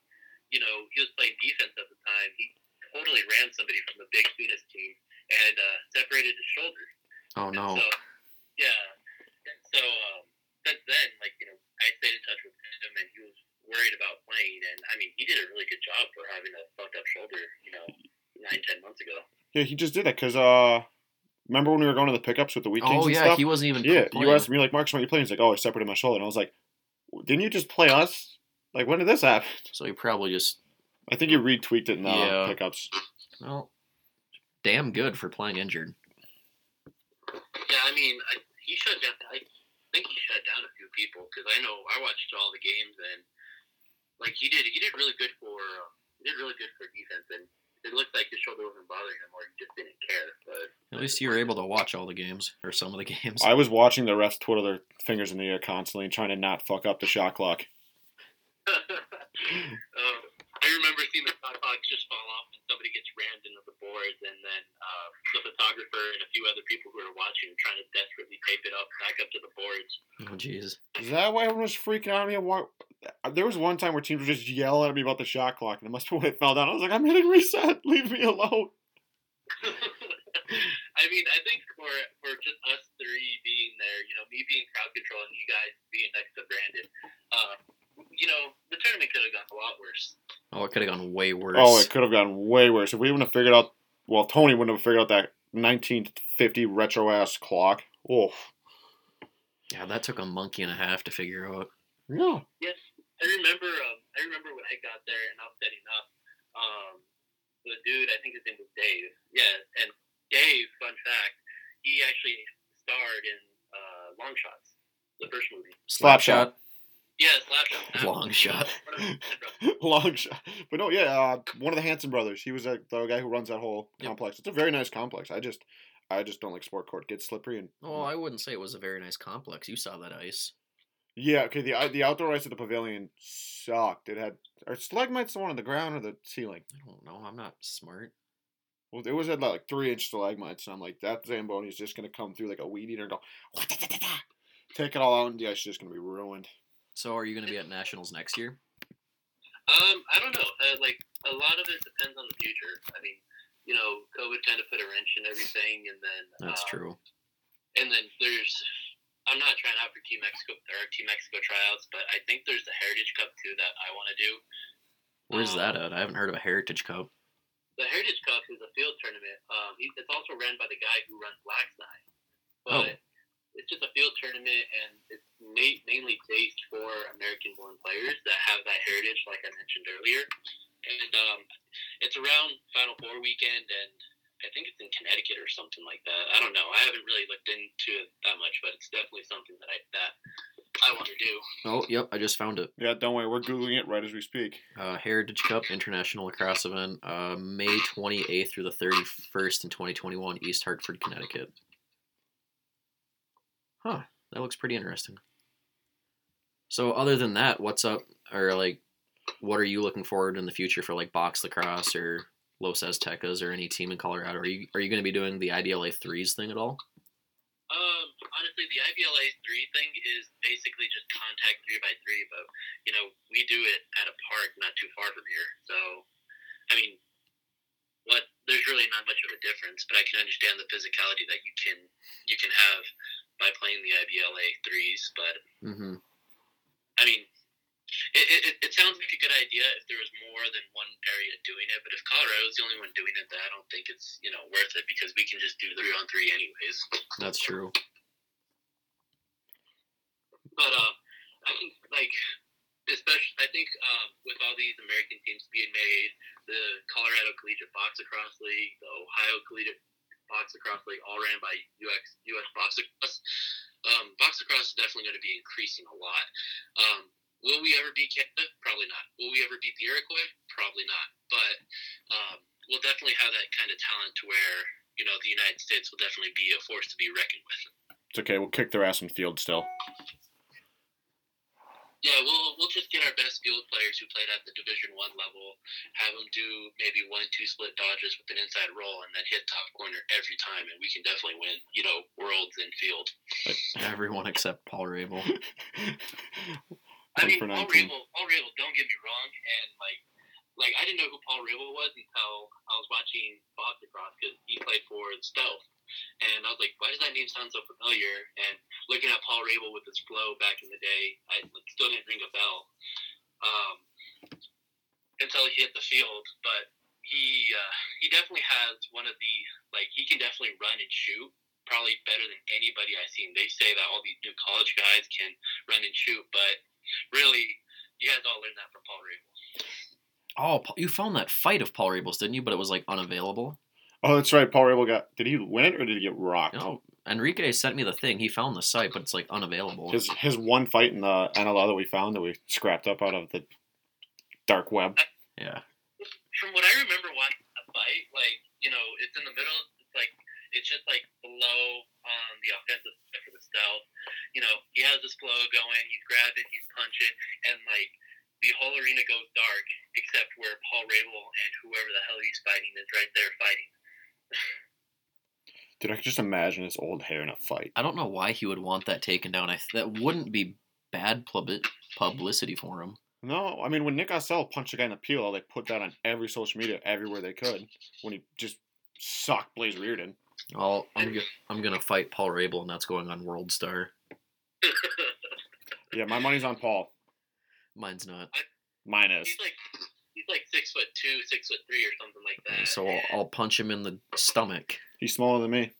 [SPEAKER 3] you know, he was playing defense at the time. He totally ran somebody from the Big Phoenix team and uh, separated his shoulder.
[SPEAKER 2] oh
[SPEAKER 3] And
[SPEAKER 2] no,
[SPEAKER 3] So, yeah. And so um, since then, like you know, I stayed in touch with him, and he was worried about playing. And I mean, he did a really good job for having a fucked up shoulder. You know, nine ten months ago.
[SPEAKER 1] Yeah, he just did that because uh, remember when we were going to the pickups with the weekends
[SPEAKER 2] oh
[SPEAKER 1] and
[SPEAKER 2] yeah,
[SPEAKER 1] stuff?
[SPEAKER 2] he wasn't even.
[SPEAKER 1] yeah,
[SPEAKER 2] playing.
[SPEAKER 1] you asked me like, Marcus, why are you playing? He's like, oh, I separated my shoulder, and I was like, didn't you just play us? Like, when did this happen?
[SPEAKER 2] So he probably just
[SPEAKER 1] I think you retweaked it in the
[SPEAKER 2] Yeah.
[SPEAKER 1] pickups.
[SPEAKER 2] well, damn good for playing injured.
[SPEAKER 3] Yeah, I mean, I, he shut down. I think he shut down a few people because I know I watched all the games, and like he did he did really good for um, he did really good for defense and it looked like his shoulder wasn't bothering him or he just didn't care. But
[SPEAKER 2] At least you were able to watch all the games or some of the games.
[SPEAKER 1] I was watching the refs twiddle their fingers in the air constantly and trying to not fuck up the shot clock.
[SPEAKER 3] um, I remember seeing the shot clock just fall off and somebody gets rammed into the boards, and then um, the photographer and a few other people who are watching are trying to desperately tape it up back up to the boards.
[SPEAKER 2] Oh, jeez.
[SPEAKER 1] Is that why everyone was freaking out at me? And Why, uh, there was one time where teams were just yelling at me about the shot clock, and it must be when it fell down. I was like, I'm hitting reset. Leave me alone.
[SPEAKER 3] I mean, I think for for just us three being there, you know, me being crowd control and you guys being next to Brandon, uh, you know, the tournament could have gone a lot worse.
[SPEAKER 2] Oh, it could have gone way worse.
[SPEAKER 1] Oh, it could have gotten way worse. If we wouldn't have figured out, well, Tony wouldn't have figured out that 1950 retro ass clock. Oh,
[SPEAKER 2] yeah, that took a monkey and a half to figure out.
[SPEAKER 1] yeah.
[SPEAKER 3] Yes, I remember. Um, I remember when I got there and I was setting up. Um, the dude, I think his name was Dave. Yeah, and Dave, fun fact, he actually starred in uh, Long Shots, the first movie.
[SPEAKER 1] Slap shot.
[SPEAKER 3] Yeah, Slapshot.
[SPEAKER 2] Long Shot.
[SPEAKER 1] Long shot. But no, yeah, uh, one of the Hanson brothers. He was uh, the guy who runs that whole
[SPEAKER 2] Yep.
[SPEAKER 1] complex. It's a very nice complex. I just, I just don't like sport court. It gets slippery and
[SPEAKER 2] Oh, I wouldn't say it was a very nice complex. You saw that ice.
[SPEAKER 1] Yeah, okay. The out- the outdoor ice at the pavilion sucked. It had or stalagmites the one on the ground or the ceiling.
[SPEAKER 2] I don't know. I'm not smart.
[SPEAKER 1] Well, it was at like three inch stalagmites, and I'm like, that Zamboni is just gonna come through like a weed eater and go, take it all out, and the ice is just gonna be ruined.
[SPEAKER 2] So, are you going to be at nationals next year?
[SPEAKER 3] Um, I don't know. Uh, like a lot of it depends on the future. I mean, you know, COVID kind of put a wrench in everything, and then
[SPEAKER 1] Uh,
[SPEAKER 2] That's
[SPEAKER 3] um,
[SPEAKER 2] true.
[SPEAKER 3] And then there's, I'm not trying out for Team Mexico or Team Mexico tryouts, but I think there's the Heritage Cup too that I want to do.
[SPEAKER 2] Where's
[SPEAKER 1] uh,
[SPEAKER 3] um,
[SPEAKER 2] that at? I haven't heard of a Heritage Cup.
[SPEAKER 3] The Heritage Cup is a field tournament. Um, he, it's also ran by the guy who runs Black Side,
[SPEAKER 2] Oh.
[SPEAKER 3] but it's just a field tournament, and it's ma- mainly based for American-born players that have that heritage, like I mentioned earlier. And um, it's around Final Four weekend, and I think it's in Connecticut or something like that. I don't know. I haven't really looked into it that much, but it's definitely something that I that I want to do.
[SPEAKER 2] Oh, yep. I just found it.
[SPEAKER 1] Yeah, don't worry, we're googling it right as we speak.
[SPEAKER 2] Uh, Heritage Cup International Lacrosse Event, uh, May 28th through the 31st in 2021, East Hartford, Connecticut. Huh, that looks pretty interesting. So, other than that, what's up, or like, what are you looking forward in the future for like box lacrosse or Los Aztecas or any team in Colorado? Are you are you going to be doing the IDLA threes thing at all?
[SPEAKER 3] Um, honestly, the IVLA three thing is basically just contact three by three, but you know we do it at a park not too far from here. So, I mean, what there's really not much of a difference, but I can understand the physicality that you can you can have by playing the IVLA threes. But
[SPEAKER 2] Mm-hmm.
[SPEAKER 3] I mean, it, it, it- it sounds like a good idea if there was more than one area doing it. But if Colorado's the only one doing it, then I don't think it's you know worth it because we can just do three on three anyways.
[SPEAKER 2] That's true.
[SPEAKER 3] But um, I think like especially I think um, with all these American teams being made, the Colorado Collegiate Box Across League, the Ohio Collegiate Box Across League, all ran by UX US Box Across. Um, box Across is definitely going to be increasing a lot. Um, will we ever beat Canada? Probably not. Will we ever beat the Iroquois? Probably not. But um, we'll definitely have that kind of talent to where you know the United States will definitely be a force to be reckoned with.
[SPEAKER 1] It's okay, we'll kick their ass in field still.
[SPEAKER 3] Yeah, we'll we'll just get our best field players who played at the Division One level, have them do maybe one two split dodges with an inside roll, and then hit top corner every time, and we can definitely win. You know, worlds in field.
[SPEAKER 2] Everyone except Paul Rabel.
[SPEAKER 1] One
[SPEAKER 3] I mean,
[SPEAKER 1] for
[SPEAKER 3] Paul
[SPEAKER 1] 19.
[SPEAKER 3] Rabel, Paul Rabel, don't get me wrong, and like like I didn't know who Paul Rabel was until I was watching Bob DeCross because he played for the Stealth, and I was like, why does that name sound so familiar? And looking at Paul Rabel with his flow back in the day, I like, still didn't ring a bell um, until he hit the field, but. He uh, he definitely has one of the like he can definitely run and shoot probably better than anybody I've seen. They say that all these new college guys can run and shoot, but really, you guys all learned that from Paul Rabel.
[SPEAKER 2] Oh, Paul- you found that fight of Paul Rabel's, didn't you? But it was like unavailable.
[SPEAKER 1] Oh, that's right. Paul Rabel got. Did he win it or did he get rocked?
[SPEAKER 2] No, Enrique sent me the thing. He found the site, but it's like unavailable.
[SPEAKER 1] His his one fight in the NLL that we found that we scrapped up out of the dark web.
[SPEAKER 2] Yeah.
[SPEAKER 3] From what I remember watching that fight, like you know, it's in the middle. It's like it's just like below on the offensive side for the stealth. You know, he has this flow going. He's grabbing, he's punching, and like the whole arena goes dark except where Paul Rabel and whoever the hell he's fighting is right there fighting.
[SPEAKER 1] Dude, I could just imagine his old hair in a fight.
[SPEAKER 2] I don't know why he would want that taken down. I that wouldn't be bad publi- publicity for him.
[SPEAKER 1] No, I mean when Nick Osell punched a guy in the peel, they put that on every social media everywhere they could. When he just socked Blaze Reardon.
[SPEAKER 2] I'll, I'm go- I'm gonna fight Paul Rabel, and that's going on World Star.
[SPEAKER 1] Yeah, my money's on Paul.
[SPEAKER 2] Mine's not.
[SPEAKER 1] Mine is.
[SPEAKER 3] he's like he's like six foot two, six foot three, or something like that.
[SPEAKER 2] So I'll, I'll punch him in the stomach.
[SPEAKER 1] He's smaller than me.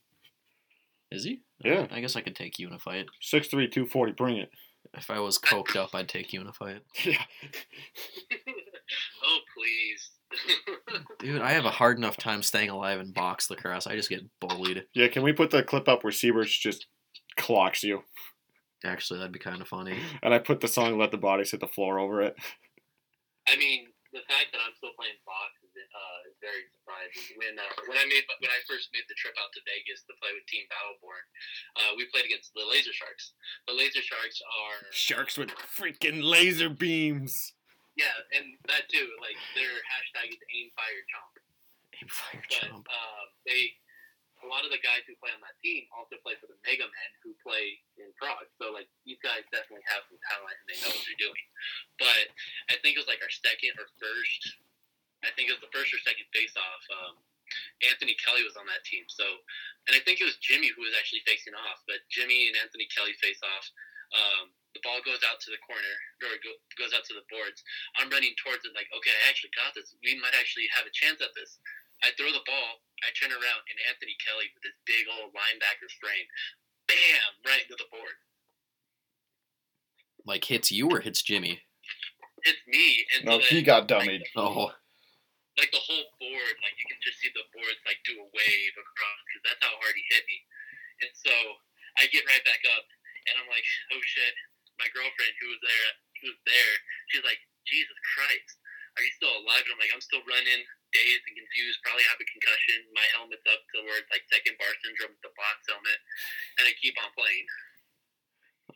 [SPEAKER 2] Is he?
[SPEAKER 1] Yeah.
[SPEAKER 2] I guess I could take you in a fight.
[SPEAKER 1] six three, two forty. Bring it.
[SPEAKER 2] If I was coked up, I'd take you in a fight.
[SPEAKER 1] Yeah.
[SPEAKER 3] oh please.
[SPEAKER 2] Dude, I have a hard enough time staying alive in box lacrosse. I just get bullied.
[SPEAKER 1] Yeah, can we put the clip up where Seabirch just clocks you?
[SPEAKER 2] Actually, that'd be kind of funny.
[SPEAKER 1] And I put the song Let the Bodies Hit the Floor over it.
[SPEAKER 3] I mean, the fact that I'm still playing box is, uh, is very surprising. When uh, when I made when I first made the trip out to Vegas to play with Team Battleborn, uh, we played against the Laser Sharks. The Laser Sharks are
[SPEAKER 1] Sharks with freaking laser beams.
[SPEAKER 3] yeah, and that too. Like their hashtag is aim fire chomp.
[SPEAKER 2] Aim fire
[SPEAKER 3] But
[SPEAKER 2] chomp.
[SPEAKER 3] um, they a lot of the guys who play on that team also play for the Mega Men who play in Prague. So like these guys definitely have some talent and they know what they're doing. But I think it was like our second or first I think it was the first or second face off, um, Anthony Kelly was on that team. So and I think it was Jimmy who was actually facing off, but Jimmy and Anthony Kelly face off. Um, the ball goes out to the corner or go, goes out to the boards. I'm running towards it like, okay, I actually got this. We might actually have a chance at this. I throw the ball, I turn around, and Anthony Kelly with his big old linebacker frame, bam, right into the board.
[SPEAKER 2] Like hits you or hits Jimmy?
[SPEAKER 3] It's me, and
[SPEAKER 1] No,
[SPEAKER 3] so
[SPEAKER 1] he
[SPEAKER 3] then,
[SPEAKER 1] got dummied.
[SPEAKER 2] Oh,
[SPEAKER 3] like the whole board, like you can just see the boards like do a wave across because that's how hard he hit me. And so I get right back up, and I'm like, oh shit. My girlfriend who was there, who was there, she's like, Jesus Christ, are you still alive? And I'm like, I'm still running, dazed and confused, probably have a concussion. My helmet's up to where it's like second bar syndrome with the box helmet, and I keep on playing.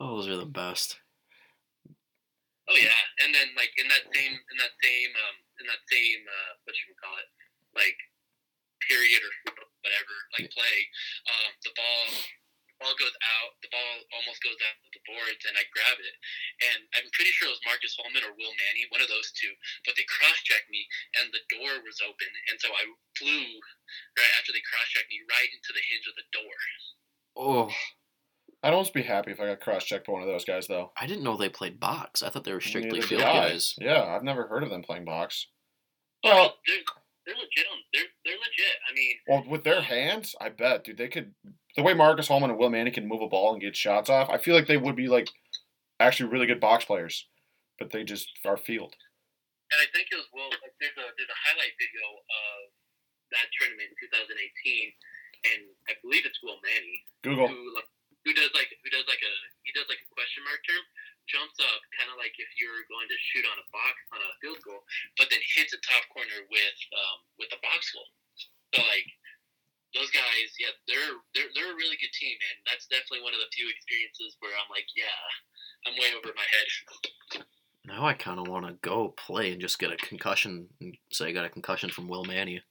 [SPEAKER 2] oh, those are the best.
[SPEAKER 3] Oh yeah, and then like in that same in that same um in that same uh, what you call it like period or whatever like play um the ball the ball goes out the ball almost goes out to the boards and I grab it and I'm pretty sure it was Marcus Holman or Will Manny one of those two but they cross checked me and the door was open and so I flew right after they cross checked me right into the hinge of the door.
[SPEAKER 2] Oh,
[SPEAKER 1] I'd almost be happy if I got cross checked by one of those guys, though.
[SPEAKER 2] I didn't know they played box. I thought they were strictly
[SPEAKER 1] Neither
[SPEAKER 2] field
[SPEAKER 1] did I.
[SPEAKER 2] guys.
[SPEAKER 1] Yeah, I've never heard of them playing box.
[SPEAKER 3] Oh,
[SPEAKER 1] Well-
[SPEAKER 3] they're, they're legit on they're they're legit. I mean
[SPEAKER 1] Well, with their hands, I bet, dude, they could. The way Marcus Holman and Will Manning can move a ball and get shots off, I feel like they would be like actually really good box players, but they just are field.
[SPEAKER 3] and I think it was well. Like, there's a there's a highlight video of that tournament in 2018, and I believe it's Will Manny
[SPEAKER 1] Google.
[SPEAKER 3] who like, who does like who does like a he does like a question mark term, jumps up kind of like if you're going to shoot on a box on a field goal, but then hits the top corner with um, with a box goal. So like those guys, yeah, they're they're they're a really good team, and that's definitely one of the few experiences where I'm like, yeah, I'm way over my head.
[SPEAKER 2] Now I kind of want to go play and just get a concussion. and Say I got a concussion from Will Manny.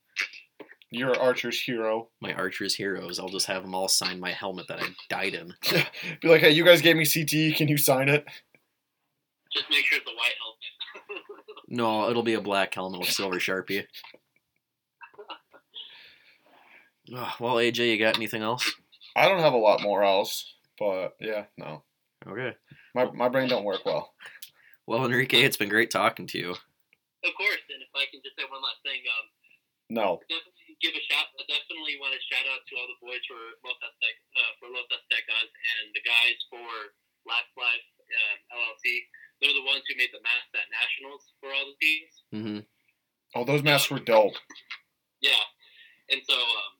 [SPEAKER 1] You're Archer's hero.
[SPEAKER 2] My archer's heroes. I'll just have them all sign my helmet that I died in.
[SPEAKER 1] Be like, hey, you guys gave me CTE. Can you sign it?
[SPEAKER 3] Just make sure it's a white helmet.
[SPEAKER 2] No, it'll be a black helmet with silver sharpie. Ah, well, AJ, you got anything else?
[SPEAKER 1] I don't have a lot more else, but yeah, no.
[SPEAKER 2] Okay.
[SPEAKER 1] My, my brain don't work well.
[SPEAKER 2] Well, Enrique, it's been great talking to you.
[SPEAKER 3] Of course, and if I can just say one last thing, um,
[SPEAKER 1] No.
[SPEAKER 3] definitely give a shout. I definitely want to shout out to all the boys for Los Aztec, uh, for Los Aztecas and the guys for Last Life um, LLC. They're the ones who made the mask at nationals for all the teams.
[SPEAKER 2] hmm
[SPEAKER 1] Oh, those masks were dope.
[SPEAKER 3] Yeah, and so, um,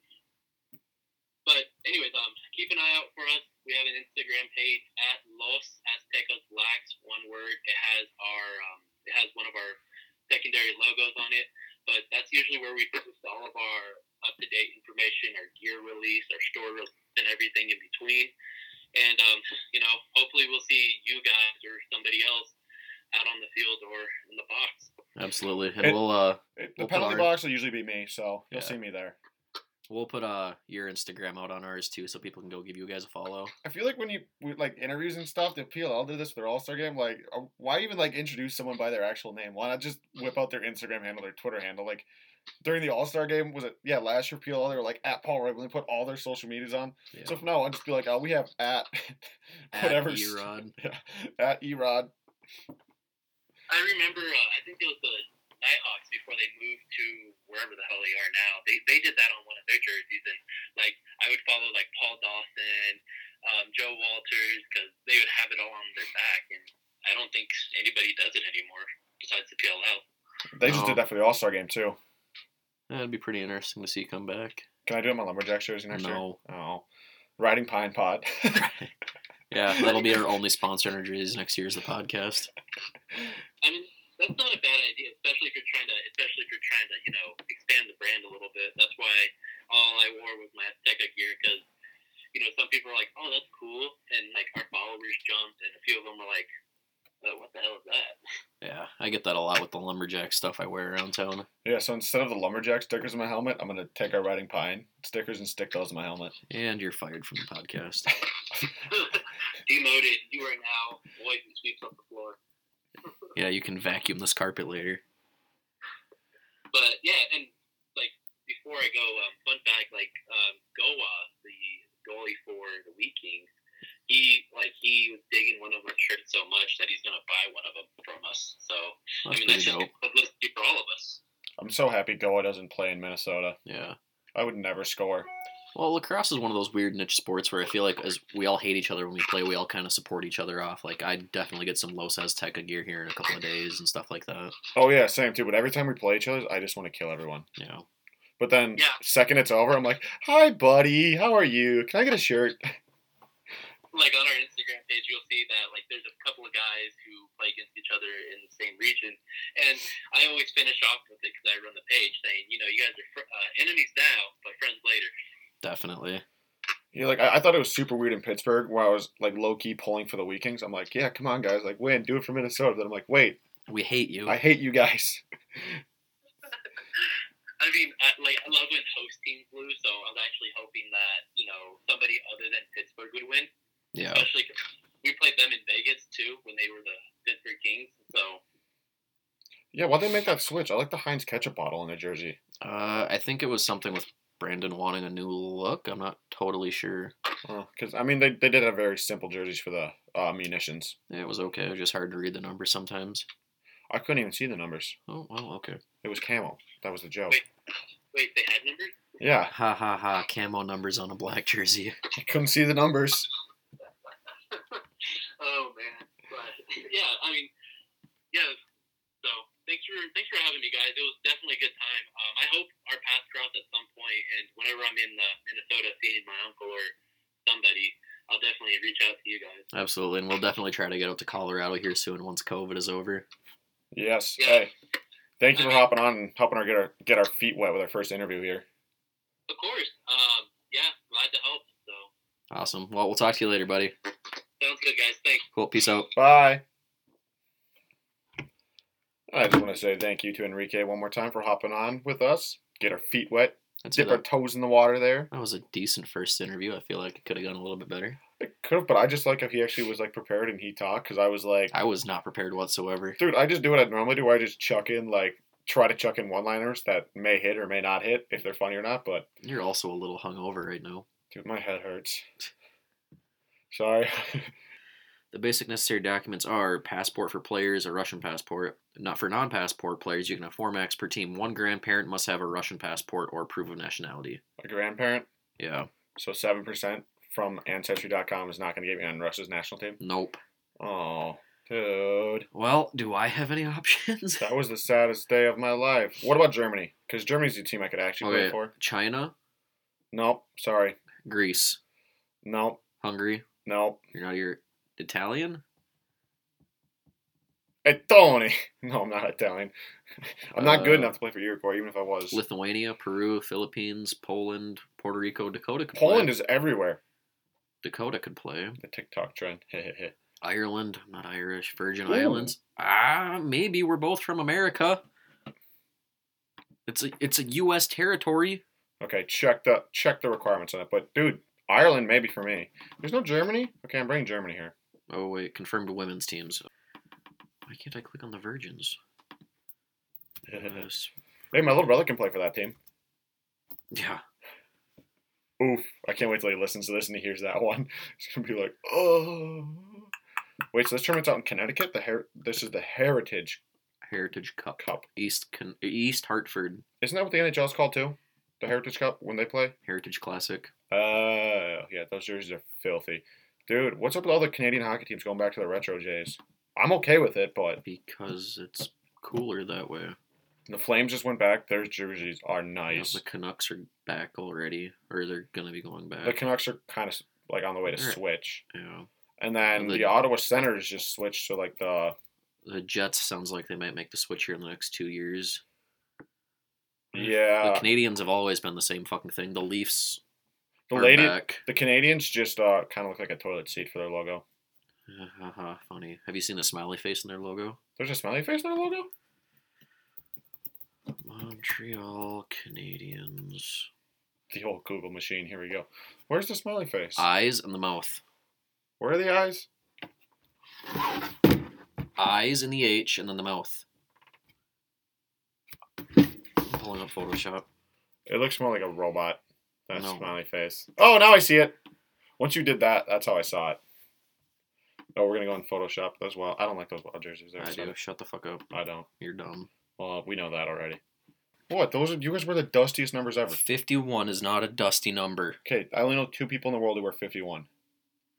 [SPEAKER 3] but anyways, um, keep an eye out for us. We have an Instagram page at Los Aztecas Blacks, one word. It has our, um, it has one of our Tech logos on it. But that's usually where we post all of our up to date information, our gear release, our store release, and everything in between. And um, you know, hopefully we'll see you guys or somebody else out on the field or in the box.
[SPEAKER 2] Absolutely. And
[SPEAKER 1] And-
[SPEAKER 2] we'll uh
[SPEAKER 1] It- the
[SPEAKER 2] We'll put
[SPEAKER 1] penalty
[SPEAKER 2] our-
[SPEAKER 1] box will usually be me, so you'll
[SPEAKER 2] Yeah.
[SPEAKER 1] see me there.
[SPEAKER 2] we'll put uh your Instagram out on ours too so people can go give you guys a follow.
[SPEAKER 1] I feel like when you with like interviews and stuff, the PLL did this for their All Star game. Like, uh, why even like introduce someone by their actual name? Why not just whip out their Instagram handle, their Twitter handle? Like during the All Star game, was it? Yeah, last year PLL they were like at Paul Revlin. They put all their social medias on.
[SPEAKER 2] Yeah.
[SPEAKER 1] So from now on, just be like, oh, we have at
[SPEAKER 2] At E
[SPEAKER 1] whatever
[SPEAKER 2] Erod.
[SPEAKER 1] yeah, at E Erod.
[SPEAKER 3] I remember, uh, I think it was the Nighthawks before they moved to wherever the hell they are now. They they did that on one of their jerseys, and like I would follow like Paul Dawson, um, Joe Walters, because they would have it all on their back, and I don't think anybody does it anymore besides the PLL.
[SPEAKER 1] They just
[SPEAKER 2] Oh.
[SPEAKER 1] did that for the All Star game too.
[SPEAKER 2] That'd be pretty interesting to see come back.
[SPEAKER 1] Can I do it on my lumberjack jersey next year?
[SPEAKER 2] No.
[SPEAKER 1] Oh, riding pine pod.
[SPEAKER 2] Yeah, that'll be our only sponsor in our jerseys next year is the podcast.
[SPEAKER 3] I mean, that's not a bad idea, especially if you're trying to, especially if you're trying to, you know, expand the brand a little bit. That's why all I wore was my Azteca gear because, you know, some people are like, "Oh, that's cool," and like our followers jumped, and a few of them were like, oh, "What the hell is that?"
[SPEAKER 2] Yeah, I get that a lot with the lumberjack stuff I wear around town.
[SPEAKER 1] yeah. So instead of the lumberjack stickers in my helmet, I'm gonna take our riding pine stickers and stick those in my helmet.
[SPEAKER 2] And you're fired from the podcast.
[SPEAKER 3] Demoted. You are now boy who sweeps up the floor.
[SPEAKER 2] Yeah, you can vacuum this carpet later.
[SPEAKER 3] But yeah, and like before I go, um, fun fact: like um, Goa, the goalie for the Wheat Kings, he like he was digging one of our shirts so much that he's gonna buy one of them from us. So I
[SPEAKER 2] That's
[SPEAKER 3] mean, that's
[SPEAKER 2] pretty dope.
[SPEAKER 3] just good publicity for all of us.
[SPEAKER 1] I'm so happy Goa doesn't play in Minnesota.
[SPEAKER 2] Yeah.
[SPEAKER 1] I would never score.
[SPEAKER 2] Well, lacrosse is one of those weird niche sports where I feel like as we all hate each other when we play, we all kind of support each other off. Like I definitely get some Los Azteca gear here in a couple of days and stuff like that.
[SPEAKER 1] Oh yeah, same too. But every time we play each other, I just want to kill everyone.
[SPEAKER 2] You know.
[SPEAKER 1] But then
[SPEAKER 3] Yeah.
[SPEAKER 1] second it's over, I'm like, "Hi, buddy. How are you? Can I get a shirt?"
[SPEAKER 3] Like on our Instagram page, you'll see that like there's a couple of guys who play against each other in the same region, and I always finish off with it because I run the page saying, you know, you guys are fr- uh, enemies now, but friends later.
[SPEAKER 2] Definitely.
[SPEAKER 1] You know, like I, I thought it was super weird in Pittsburgh where I was like low key pulling for the Weekings. I'm like, "Yeah, come on, guys. Like, win. Do it for Minnesota." Then I'm like, "Wait,
[SPEAKER 2] We hate you.
[SPEAKER 1] I hate you guys."
[SPEAKER 3] I mean, I, like I love when host teams lose, so I was actually hoping that you know somebody other than Pittsburgh would win.
[SPEAKER 2] yeah.
[SPEAKER 3] Especially 'cause we played them in Vegas too when they were the Pittsburgh Kings. So
[SPEAKER 1] Yeah, why'd they make that switch? I like the Heinz ketchup bottle in their jersey.
[SPEAKER 2] Uh, I think it was something with Brandon wanting a new look. I'm not totally sure.
[SPEAKER 1] Because, I mean, they, they did have very simple jerseys for the uh, munitions.
[SPEAKER 2] It was okay. It was just hard to read the numbers sometimes.
[SPEAKER 1] I couldn't even see the numbers.
[SPEAKER 2] Oh well, okay.
[SPEAKER 1] It was camel. That was the joke.
[SPEAKER 3] Wait. wait, they had numbers.
[SPEAKER 1] Yeah,
[SPEAKER 2] Ha ha ha! Camo numbers on a black jersey.
[SPEAKER 1] I couldn't see the numbers.
[SPEAKER 3] Oh man, but yeah, I mean, yeah. So thanks for thanks for having me, guys. It was definitely a good time. Um, I hope our paths cross at some point, and whenever I'm in uh, Minnesota seeing my uncle or somebody, I'll definitely reach out to you guys.
[SPEAKER 2] Absolutely, and we'll definitely try to get out to Colorado here soon once COVID is over.
[SPEAKER 1] Yes.
[SPEAKER 3] Yeah.
[SPEAKER 1] Hey, thank you for hopping on and helping our get our get our feet wet with our first interview here.
[SPEAKER 3] Of course. Um, yeah, glad to help. So
[SPEAKER 2] Awesome. Well, we'll talk to you later, buddy.
[SPEAKER 3] sounds good, guys. Thanks.
[SPEAKER 2] Cool. Peace out.
[SPEAKER 1] Bye. I just want to say thank you to Enrique one more time for hopping on with us. Get our feet wet,
[SPEAKER 2] That's it.
[SPEAKER 1] dip our toes in the water there.
[SPEAKER 2] That was a decent first interview. I feel like it could have gone a little bit better.
[SPEAKER 1] It could have, but I just like how he actually was like prepared and he talked because I was like,
[SPEAKER 2] I was not prepared whatsoever.
[SPEAKER 1] dude, I just do what I normally do. Where I just chuck in like try to chuck in one liners that may hit or may not hit if they're funny or not. But
[SPEAKER 2] You're also a little hungover right now.
[SPEAKER 1] dude, my head hurts. Sorry.
[SPEAKER 2] The basic necessary documents are passport for players, a Russian passport. Not for non-passport players, you can have four max per team. One grandparent must have a Russian passport or proof of nationality.
[SPEAKER 1] my grandparent.
[SPEAKER 2] Yeah.
[SPEAKER 1] So seven percent from Ancestry.com is not going to get me on Russia's national team.
[SPEAKER 2] Nope.
[SPEAKER 1] Oh, dude,
[SPEAKER 2] Well, do I have any options?
[SPEAKER 1] that was the saddest day of my life. What about Germany? Because Germany's the team I could actually
[SPEAKER 2] Okay.
[SPEAKER 1] play for.
[SPEAKER 2] China,
[SPEAKER 1] Nope. Sorry.
[SPEAKER 2] Greece,
[SPEAKER 1] Nope.
[SPEAKER 2] Hungary.
[SPEAKER 1] Nope.
[SPEAKER 2] You're not your Italian.
[SPEAKER 1] Italian. No, I'm not Italian. I'm not
[SPEAKER 2] Uh,
[SPEAKER 1] good enough to play for Iroquois, even if I was.
[SPEAKER 2] Lithuania, Peru, Philippines, Poland, Puerto Rico, Dakota. Could
[SPEAKER 1] Poland
[SPEAKER 2] play.
[SPEAKER 1] is everywhere.
[SPEAKER 2] Dakota could play.
[SPEAKER 1] The TikTok trend.
[SPEAKER 2] Ireland, I'm not Irish. Virgin
[SPEAKER 1] Ooh.
[SPEAKER 2] Islands. Ah, maybe we're both from America. It's a it's a U.S. territory.
[SPEAKER 1] okay, check the check the requirements on it. But dude, Ireland maybe for me. There's no Germany. Okay, I'm bringing Germany here.
[SPEAKER 2] Oh wait, confirmed women's teams. Why can't I click on the Virgins? Yes.
[SPEAKER 1] hey, my little brother can play for that team.
[SPEAKER 2] Yeah.
[SPEAKER 1] Oof! I can't wait till he listens to this and he hears that one. He's gonna be like, oh. Wait, so this tournament's out in Connecticut. The her- this is the Heritage
[SPEAKER 2] Heritage Cup.
[SPEAKER 1] Cup.
[SPEAKER 2] East Con- East Hartford
[SPEAKER 1] Isn't that what the NHL's called too? The Heritage Cup when they play.
[SPEAKER 2] Heritage Classic.
[SPEAKER 1] Oh, yeah, those jerseys are filthy. Dude, what's up with all the Canadian hockey teams going back to the retro Jays? I'm okay with it, but
[SPEAKER 2] because it's cooler that way.
[SPEAKER 1] the Flames just went back. Their jerseys are
[SPEAKER 2] You know,
[SPEAKER 1] nice.
[SPEAKER 2] the Canucks are back already, or they're gonna be going back.
[SPEAKER 1] The Canucks are kind of like on the way to
[SPEAKER 2] Alright.
[SPEAKER 1] switch.
[SPEAKER 2] yeah.
[SPEAKER 1] And then
[SPEAKER 2] Well, they-
[SPEAKER 1] the Ottawa Senators just switched to like the
[SPEAKER 2] The Jets sounds like they might make the switch here in the next two years. the
[SPEAKER 1] yeah,
[SPEAKER 2] Canadians have always been the same fucking thing. The Leafs
[SPEAKER 1] the
[SPEAKER 2] are
[SPEAKER 1] lady
[SPEAKER 2] back.
[SPEAKER 1] the Canadians just uh kind of look like a toilet seat for their logo.
[SPEAKER 2] Haha, Uh-huh, funny. Have you seen the smiley face in their logo?
[SPEAKER 1] There's a smiley face in their logo?
[SPEAKER 2] Montreal Canadiens.
[SPEAKER 1] The old Google machine. Here we go. Where's the smiley face?
[SPEAKER 2] Eyes and the mouth.
[SPEAKER 1] Where are the eyes?
[SPEAKER 2] Eyes and the H, and then the mouth. I'm pulling up Photoshop.
[SPEAKER 1] It looks more like a robot than a
[SPEAKER 2] No.
[SPEAKER 1] smiley face. Oh, now I see it. Once you did that, that's how I saw it. Oh, we're gonna go in Photoshop as well. I don't like those wild jerseys. There,
[SPEAKER 2] I do. Shut the fuck up.
[SPEAKER 1] I don't.
[SPEAKER 2] You're dumb.
[SPEAKER 1] Well, we know that already. What? Those are you guys wear the dustiest numbers ever.
[SPEAKER 2] 51 is not a dusty number.
[SPEAKER 1] Okay, I only know two people in the world who wear fifty-one.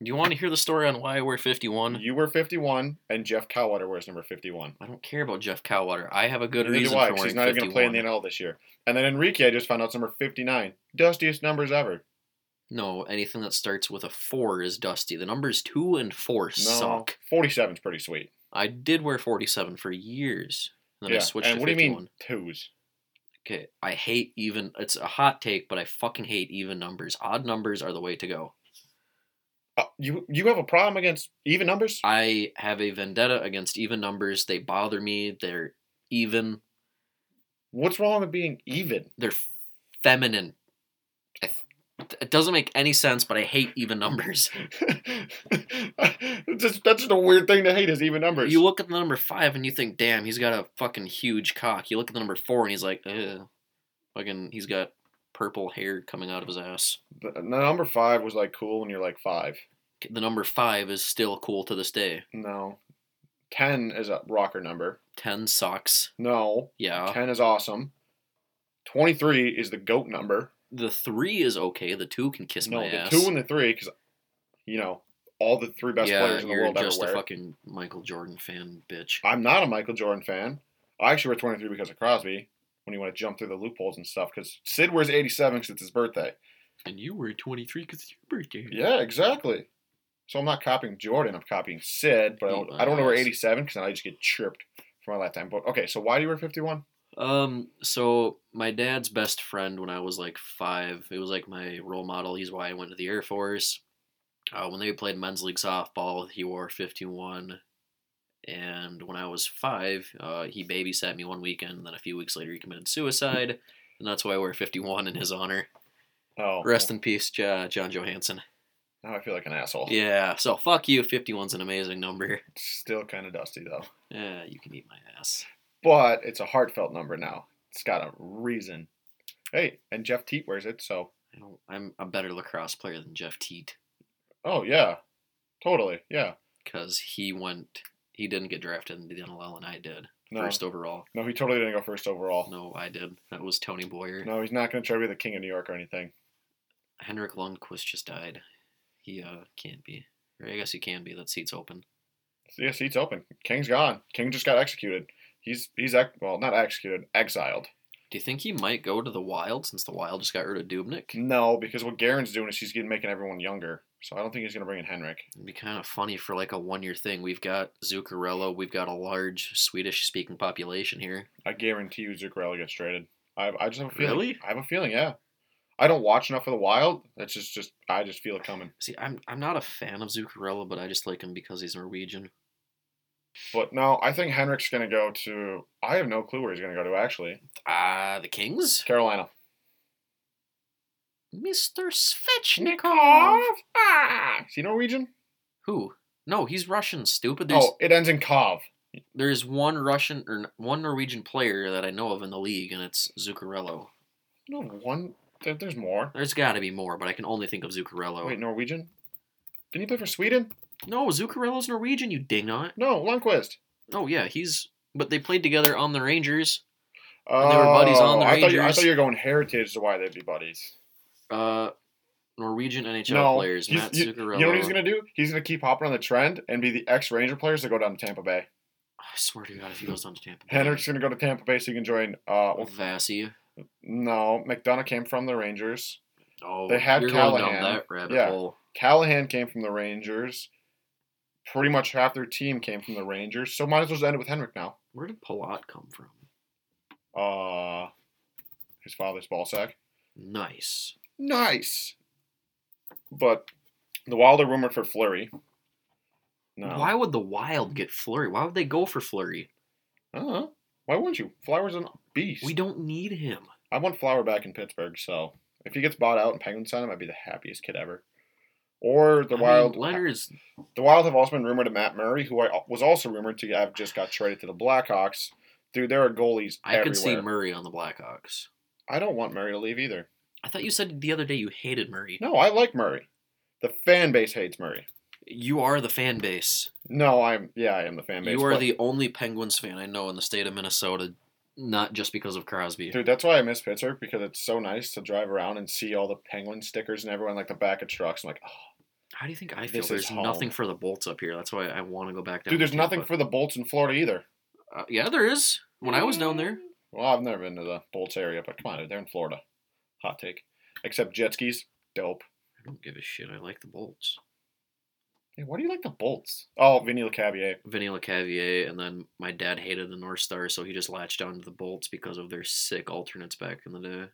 [SPEAKER 2] Do you want to hear the story on why I wear 51?
[SPEAKER 1] You wear fifty-one, and Jeff Cowwater wears number fifty-one.
[SPEAKER 2] I don't care about Jeff Cowwater. I have a good
[SPEAKER 1] Neither
[SPEAKER 2] reason
[SPEAKER 1] do I,
[SPEAKER 2] for
[SPEAKER 1] 'cause
[SPEAKER 2] wearing
[SPEAKER 1] he's not even
[SPEAKER 2] 51.
[SPEAKER 1] gonna play in the NL this year. And then Enrique, I just found out, is number fifty-nine. Dustiest numbers ever.
[SPEAKER 2] no, anything that starts with a 4 is dusty. The numbers 2 and 4
[SPEAKER 1] No,
[SPEAKER 2] suck.
[SPEAKER 1] forty-seven's pretty sweet.
[SPEAKER 2] I did wear 47 for years. And then I
[SPEAKER 1] Yeah.
[SPEAKER 2] switched
[SPEAKER 1] And
[SPEAKER 2] to
[SPEAKER 1] what do you
[SPEAKER 2] 51.
[SPEAKER 1] mean twos?
[SPEAKER 2] Okay, I hate even. It's a hot take, but I fucking hate even numbers. Odd numbers are the way to go.
[SPEAKER 1] Uh, you you have a problem against even numbers?
[SPEAKER 2] I have a vendetta against even numbers. They bother me. They're even.
[SPEAKER 1] What's wrong with being even?
[SPEAKER 2] they're feminine. I th- it doesn't make any sense, but I hate even numbers.
[SPEAKER 1] It's just, that's just a weird thing to hate is even numbers.
[SPEAKER 2] You look at the number five and you think, "Damn, he's got a fucking huge cock." You look at the number four and he's like, "Ugh, fucking, he's got purple hair coming out of his ass."
[SPEAKER 1] the, the number five was like cool when you're like five.
[SPEAKER 2] The number five is still cool to this day.
[SPEAKER 1] No, ten is a rocker number.
[SPEAKER 2] Ten sucks.
[SPEAKER 1] No,
[SPEAKER 2] Yeah,
[SPEAKER 1] ten is awesome. Twenty three is the goat number.
[SPEAKER 2] the three is okay. The two can kiss
[SPEAKER 1] no,
[SPEAKER 2] my
[SPEAKER 1] the
[SPEAKER 2] ass.
[SPEAKER 1] two and the three because you know all the three best
[SPEAKER 2] yeah,
[SPEAKER 1] players in the
[SPEAKER 2] you're
[SPEAKER 1] world ever
[SPEAKER 2] just
[SPEAKER 1] wear.
[SPEAKER 2] a
[SPEAKER 1] it.
[SPEAKER 2] fucking Michael Jordan fan, bitch.
[SPEAKER 1] I'm not a Michael Jordan fan. I actually wear 23 because of Crosby when he went to jump through the loopholes and stuff. Because Sid wears 87 because it's his birthday.
[SPEAKER 2] And you were 23 because it's your birthday.
[SPEAKER 1] Yeah, exactly. So I'm not copying Jordan. I'm copying Sid, but I don't, I don't wanna wear 87 because I just get chirped for my lifetime. But okay, so why do you wear 51?
[SPEAKER 2] Um, so my dad's best friend when I was like five, it was like my role model. He's why I went to the Air Force. Uh, when they played men's league softball, he wore 51. And when I was five, uh, he babysat me one weekend. And then a few weeks later, he committed suicide. And that's why I wear 51 in his honor.
[SPEAKER 1] Oh,
[SPEAKER 2] Rest in peace, Ja- John Johansson.
[SPEAKER 1] now I feel like an asshole.
[SPEAKER 2] Yeah, so fuck you. 51's an amazing number.
[SPEAKER 1] It's still kind of dusty though,
[SPEAKER 2] Yeah, you can eat my ass.
[SPEAKER 1] but it's a heartfelt number now. It's got a reason. Hey, and Jeff Teat wears it, so
[SPEAKER 2] I don't, I'm a better lacrosse player than Jeff Teat.
[SPEAKER 1] oh yeah, totally yeah.
[SPEAKER 2] because he went he didn't get drafted into the NLL and I did
[SPEAKER 1] No,
[SPEAKER 2] first overall.
[SPEAKER 1] no, he totally didn't go first overall.
[SPEAKER 2] No, I did. That was Tony Boyer.
[SPEAKER 1] No, he's not going to try to be the king of New York or anything.
[SPEAKER 2] Henrik Lundqvist just died. He uh can't be. Or I guess he can be. That seat's open.
[SPEAKER 1] So, yeah, seat's open. King's gone. King just got executed. He's he's ex- well, not executed, exiled.
[SPEAKER 2] Do you think he might go to the Wild since the Wild just got rid of Dubnik? It'd
[SPEAKER 1] No, because what Garen's doing is she's getting, making everyone younger. So I don't think he's going to bring in Henrik.
[SPEAKER 2] be kind of funny for like a one year thing. We've got Zuccarello, we've got a large Swedish speaking population here.
[SPEAKER 1] I guarantee you Zuccarello gets traded. I, I just have a feeling.
[SPEAKER 2] Really?
[SPEAKER 1] I have a feeling, yeah. I don't watch enough of the Wild. That's just, just I just feel it coming.
[SPEAKER 2] See, I'm I'm not a fan of Zuccarello, but I just like him because he's Norwegian.
[SPEAKER 1] But no, I think Henrik's going to go to. I have no clue where he's going to go to, actually.
[SPEAKER 2] Ah, the Kings?
[SPEAKER 1] Carolina.
[SPEAKER 2] Mr. Svechnikov.
[SPEAKER 1] Ah! Is he Norwegian?
[SPEAKER 2] Who? No, he's Russian, stupid. There's
[SPEAKER 1] Oh, it ends in Kov.
[SPEAKER 2] there's one Russian or n- one Norwegian player that I know of in the league and it's Zuccarello.
[SPEAKER 1] No, one. There, there's more.
[SPEAKER 2] There's got to be more, but I can only think of Zuccarello.
[SPEAKER 1] Wait, Norwegian? Didn't he play for Sweden?
[SPEAKER 2] No, Zuccarello's Norwegian, you dingnut.
[SPEAKER 1] No, Lundqvist.
[SPEAKER 2] Oh yeah, he's but they played together on the Rangers.
[SPEAKER 1] Oh,
[SPEAKER 2] they were buddies on the
[SPEAKER 1] I thought, you, I
[SPEAKER 2] Rangers.
[SPEAKER 1] thought you were going heritage to why they'd be buddies.
[SPEAKER 2] Uh Norwegian NHL
[SPEAKER 1] No,
[SPEAKER 2] players,
[SPEAKER 1] he's-
[SPEAKER 2] Matt
[SPEAKER 1] You
[SPEAKER 2] Zuccarello.
[SPEAKER 1] know what he's gonna do? He's gonna keep hopping on the trend and be the ex Ranger players that go down to Tampa Bay.
[SPEAKER 2] I swear to God, if he goes on to Tampa Bay.
[SPEAKER 1] Henrik's gonna go to Tampa Bay so he can join. Uh, well,
[SPEAKER 2] Vassy.
[SPEAKER 1] no, McDonough came from the Rangers.
[SPEAKER 2] Oh,
[SPEAKER 1] They had
[SPEAKER 2] you're going
[SPEAKER 1] Callahan.
[SPEAKER 2] down that rabbit
[SPEAKER 1] Yeah.
[SPEAKER 2] hole.
[SPEAKER 1] Callahan came from the Rangers. Pretty much half their team came from the Rangers, so might as well just end it with Henrik now.
[SPEAKER 2] Where did Palat come from?
[SPEAKER 1] Uh, his father's ball sack.
[SPEAKER 2] Nice.
[SPEAKER 1] Nice. But the Wild are rumored for Flurry. No.
[SPEAKER 2] Why would the Wild get Flurry? Why would they go for Flurry?
[SPEAKER 1] I don't know. Uh-huh. Why wouldn't you? Flower's an beast.
[SPEAKER 2] We don't need him.
[SPEAKER 1] I want Flower back in Pittsburgh, so if he gets bought out and Penguins sign him, I'd be the happiest kid ever. Or the
[SPEAKER 2] I mean,
[SPEAKER 1] Wild.
[SPEAKER 2] Leonard's
[SPEAKER 1] The Wild have also been rumored to Matt Murray, who I was also rumored to have just got traded to the Blackhawks. Dude, there are goalies
[SPEAKER 2] I
[SPEAKER 1] everywhere.
[SPEAKER 2] could see Murray on the Blackhawks.
[SPEAKER 1] I don't want Murray to leave either.
[SPEAKER 2] I thought you said the other day you hated Murray.
[SPEAKER 1] No, I like Murray. The fan base hates Murray.
[SPEAKER 2] You are the fan base.
[SPEAKER 1] No, I'm yeah, I am the fan base.
[SPEAKER 2] you are
[SPEAKER 1] but-
[SPEAKER 2] the only Penguins fan I know in the state of Minnesota, not just because of Crosby.
[SPEAKER 1] Dude, that's why I miss Pittsburgh because it's so nice to drive around and see all the penguin stickers and everyone like the back of trucks. I'm like, oh.
[SPEAKER 2] How do you think I feel?
[SPEAKER 1] This is
[SPEAKER 2] There's
[SPEAKER 1] home.
[SPEAKER 2] nothing for the Bolts up here. That's why I want to go back down.
[SPEAKER 1] dude,
[SPEAKER 2] to
[SPEAKER 1] there's nothing
[SPEAKER 2] Tampa.
[SPEAKER 1] for the Bolts in Florida either.
[SPEAKER 2] Uh, yeah, there is. When I was down there,
[SPEAKER 1] Well, I've never been to the Bolts area, but come on, dude, they're in Florida. Hot take. Except jet skis, dope.
[SPEAKER 2] I don't give a shit. I like the Bolts.
[SPEAKER 1] Hey, why do you like the Bolts? Oh, Vinny LeCavier.
[SPEAKER 2] Vinny LeCavier, and then my dad hated the North Star, so he just latched onto the Bolts because of their sick alternates back in the day.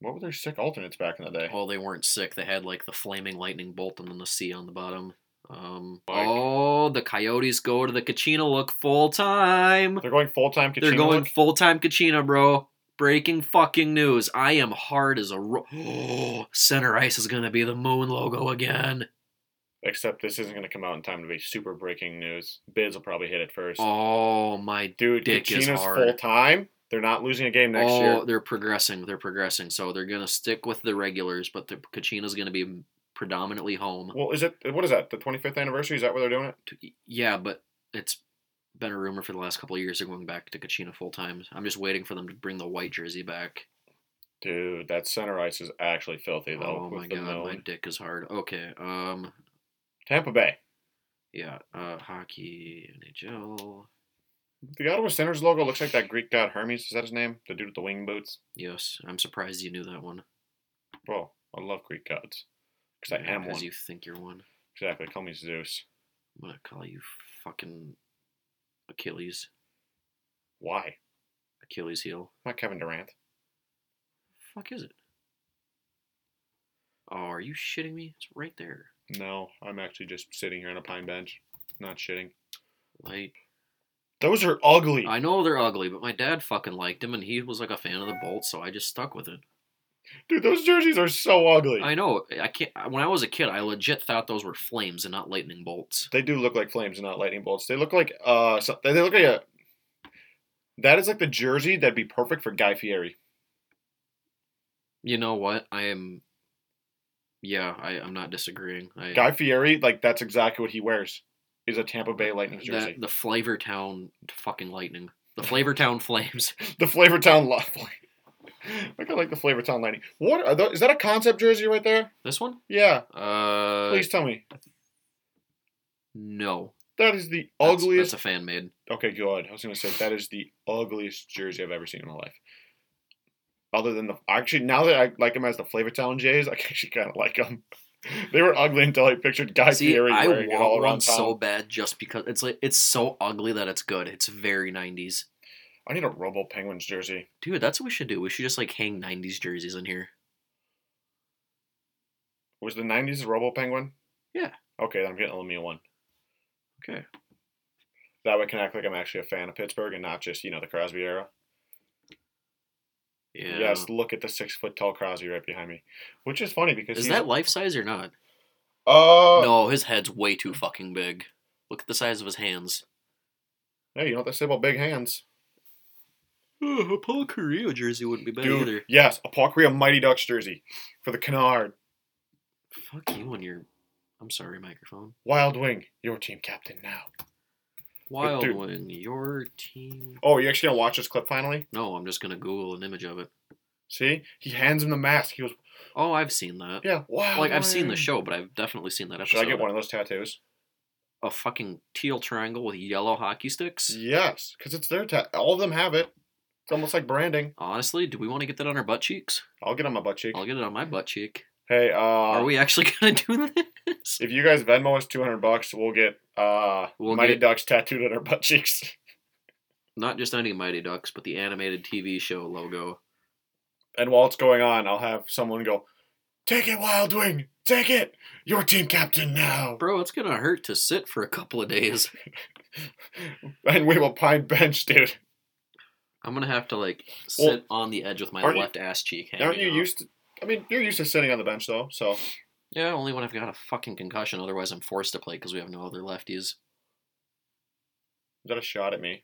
[SPEAKER 1] What were their sick alternates back in the day?
[SPEAKER 2] Oh, they weren't sick. They had like the flaming lightning bolt and then the sea on the bottom. Um,
[SPEAKER 1] Like-
[SPEAKER 2] oh, the Coyotes go to the Kachina look full time.
[SPEAKER 1] They're going full time.
[SPEAKER 2] They're going full time Kachina, bro. Breaking fucking news. I am hard as a ro- center ice is gonna be the moon logo again.
[SPEAKER 1] Except this isn't going to come out in time to be super breaking news. Bids will probably hit it first.
[SPEAKER 2] Oh my.
[SPEAKER 1] dude,
[SPEAKER 2] dick is
[SPEAKER 1] Kachina's
[SPEAKER 2] hard.
[SPEAKER 1] full time. They're not losing a game next
[SPEAKER 2] oh,
[SPEAKER 1] year.
[SPEAKER 2] they're progressing. They're progressing. So they're gonna stick with the regulars, but the Kachina's gonna be predominantly home.
[SPEAKER 1] Well, is it what is that? The 25th anniversary? Is that where they're doing it?
[SPEAKER 2] T- Yeah, but it's been a rumor for the last couple of years they're going back to Kachina full time. I'm just waiting for them to bring the white jersey back.
[SPEAKER 1] Dude, that center ice is actually filthy though.
[SPEAKER 2] Oh
[SPEAKER 1] with
[SPEAKER 2] my
[SPEAKER 1] the
[SPEAKER 2] god, my
[SPEAKER 1] moon.
[SPEAKER 2] dick is hard. Okay, um,
[SPEAKER 1] Tampa Bay.
[SPEAKER 2] yeah, uh, hockey, NHL,
[SPEAKER 1] The Ottawa Senators logo looks like that Greek god Hermes. Is that his name? The dude with the wing boots.
[SPEAKER 2] yes. I'm surprised you knew that one.
[SPEAKER 1] Bro, I love Greek gods because I
[SPEAKER 2] Yeah,
[SPEAKER 1] am one.
[SPEAKER 2] you think you're one.
[SPEAKER 1] Exactly. Call me Zeus.
[SPEAKER 2] I'm gonna call you fucking Achilles,
[SPEAKER 1] Why?
[SPEAKER 2] Achilles heel.
[SPEAKER 1] Not Kevin Durant.
[SPEAKER 2] fuck is it? Oh, are you shitting me? It's right there.
[SPEAKER 1] No, I'm actually just sitting here on a pine bench, not shitting.
[SPEAKER 2] Like
[SPEAKER 1] Those are ugly.
[SPEAKER 2] I know they're ugly, but my dad fucking liked him, and he was like a fan of the Bolts, so I just stuck with it.
[SPEAKER 1] Dude, those jerseys are so ugly.
[SPEAKER 2] I know. I can't. When I was a kid, I legit thought those were flames and not lightning bolts.
[SPEAKER 1] They do look like flames and not lightning bolts. They look like uh, so, they look like a. That is like the jersey that'd be perfect for Guy Fieri.
[SPEAKER 2] You know what? I am. Yeah, I, I'm not disagreeing. I,
[SPEAKER 1] Guy Fieri, like that's exactly what he wears, is a Tampa Bay Lightning jersey.
[SPEAKER 2] that, the Flavor Town fucking lightning. The Flavor Town Flames.
[SPEAKER 1] The Flavortown Lightning. I kinda like the Flavortown Lightning. What are those? Is that a concept jersey right there?
[SPEAKER 2] This one?
[SPEAKER 1] Yeah.
[SPEAKER 2] Uh,
[SPEAKER 1] Please tell me.
[SPEAKER 2] no.
[SPEAKER 1] That is the
[SPEAKER 2] That's-
[SPEAKER 1] ugliest.
[SPEAKER 2] That's a fan made.
[SPEAKER 1] okay, good. I was gonna say that is the ugliest jersey I've ever seen in my life. Other than the actually, now that I like them as the Flavortown Jays, I actually kind of like them. they were ugly until I pictured Guy
[SPEAKER 2] See,
[SPEAKER 1] Fieri
[SPEAKER 2] I
[SPEAKER 1] wearing it all
[SPEAKER 2] want
[SPEAKER 1] around town.
[SPEAKER 2] one so bad just because it's like it's so ugly that it's good. It's very '90s,
[SPEAKER 1] I need a Robo Penguins jersey.
[SPEAKER 2] dude. That's what we should do. We should just like hang '90s jerseys in here.
[SPEAKER 1] Was the '90s a Robo Penguin?
[SPEAKER 2] Yeah.
[SPEAKER 1] Okay, then I'm getting a Lemieux one.
[SPEAKER 2] Okay.
[SPEAKER 1] That way, I can act like I'm actually a fan of Pittsburgh and not just you know the Crosby era.
[SPEAKER 2] Yeah.
[SPEAKER 1] Yes, look at the six foot tall Crosby right behind me, which is funny because
[SPEAKER 2] Is
[SPEAKER 1] he's,
[SPEAKER 2] that life size or not?
[SPEAKER 1] Oh
[SPEAKER 2] No, his head's way too fucking big. Look at the size of his hands.
[SPEAKER 1] Hey, you know what they say about big hands,
[SPEAKER 2] a Paul Carrillo jersey wouldn't be bad
[SPEAKER 1] dude?
[SPEAKER 2] either.
[SPEAKER 1] Yes, a Paul Korea Mighty Ducks jersey for the Canard
[SPEAKER 2] Fuck you and your. I'm sorry, microphone.
[SPEAKER 1] Wild Wing, your team captain now.
[SPEAKER 2] Wild
[SPEAKER 1] dude-
[SPEAKER 2] one, your team.
[SPEAKER 1] Oh, you actually gonna watch this clip finally?
[SPEAKER 2] No, I'm just gonna Google an image of it.
[SPEAKER 1] See, he hands him the mask. He goes,
[SPEAKER 2] Oh, I've seen that.
[SPEAKER 1] "Yeah, wow."
[SPEAKER 2] Like I've seen the show, but I've definitely seen that episode.
[SPEAKER 1] Should I get one of those tattoos?
[SPEAKER 2] A fucking teal triangle with yellow hockey sticks.
[SPEAKER 1] Yes, because it's their tat. All of them have it. It's almost like branding.
[SPEAKER 2] Honestly, do we want to get that on our butt cheeks?
[SPEAKER 1] I'll get on my butt cheek.
[SPEAKER 2] I'll get it on my butt cheek.
[SPEAKER 1] Hey, uh,
[SPEAKER 2] Are we actually gonna do this?
[SPEAKER 1] If you guys Venmo us two hundred bucks, we'll get uh
[SPEAKER 2] We'll
[SPEAKER 1] Mighty
[SPEAKER 2] get-
[SPEAKER 1] Ducks tattooed on our butt cheeks.
[SPEAKER 2] Not just any Mighty Ducks, but the animated TV show logo.
[SPEAKER 1] And while it's going on, I'll have someone go, "Take it, Wild Wing, take it, your team captain now."
[SPEAKER 2] Bro, it's gonna hurt to sit for a couple of days.
[SPEAKER 1] And we will pine bench, dude.
[SPEAKER 2] I'm gonna have to like sit
[SPEAKER 1] Well,
[SPEAKER 2] on the edge with my
[SPEAKER 1] aren't you-
[SPEAKER 2] left ass cheek. Hanging
[SPEAKER 1] Aren't you
[SPEAKER 2] out.
[SPEAKER 1] used to? I mean, you're used to sitting on the bench though, so
[SPEAKER 2] Yeah, only when I've got a fucking concussion. Otherwise, I'm forced to play because we have no other lefties.
[SPEAKER 1] is that a shot at me?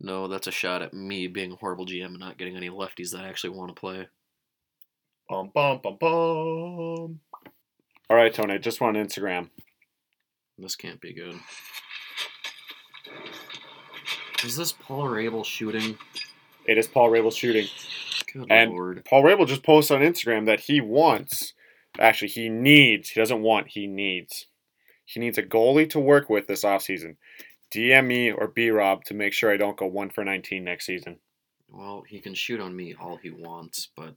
[SPEAKER 2] No, that's a shot at me being a horrible GM and not getting any lefties that actually want to play.
[SPEAKER 1] Bum bum bum bum. All right, Tony. I Just want an Instagram.
[SPEAKER 2] This can't be good. Is this Paul Rabel shooting?
[SPEAKER 1] It is Paul Rabel shooting.
[SPEAKER 2] Good
[SPEAKER 1] And-
[SPEAKER 2] lord.
[SPEAKER 1] Paul Rabel just posted on Instagram that he wants, actually, he needs, he doesn't want, he needs. He needs a goalie to work with this offseason. DM me or B Rob to make sure I don't go 1 for 19 next season.
[SPEAKER 2] Well, he can shoot on me all he wants, but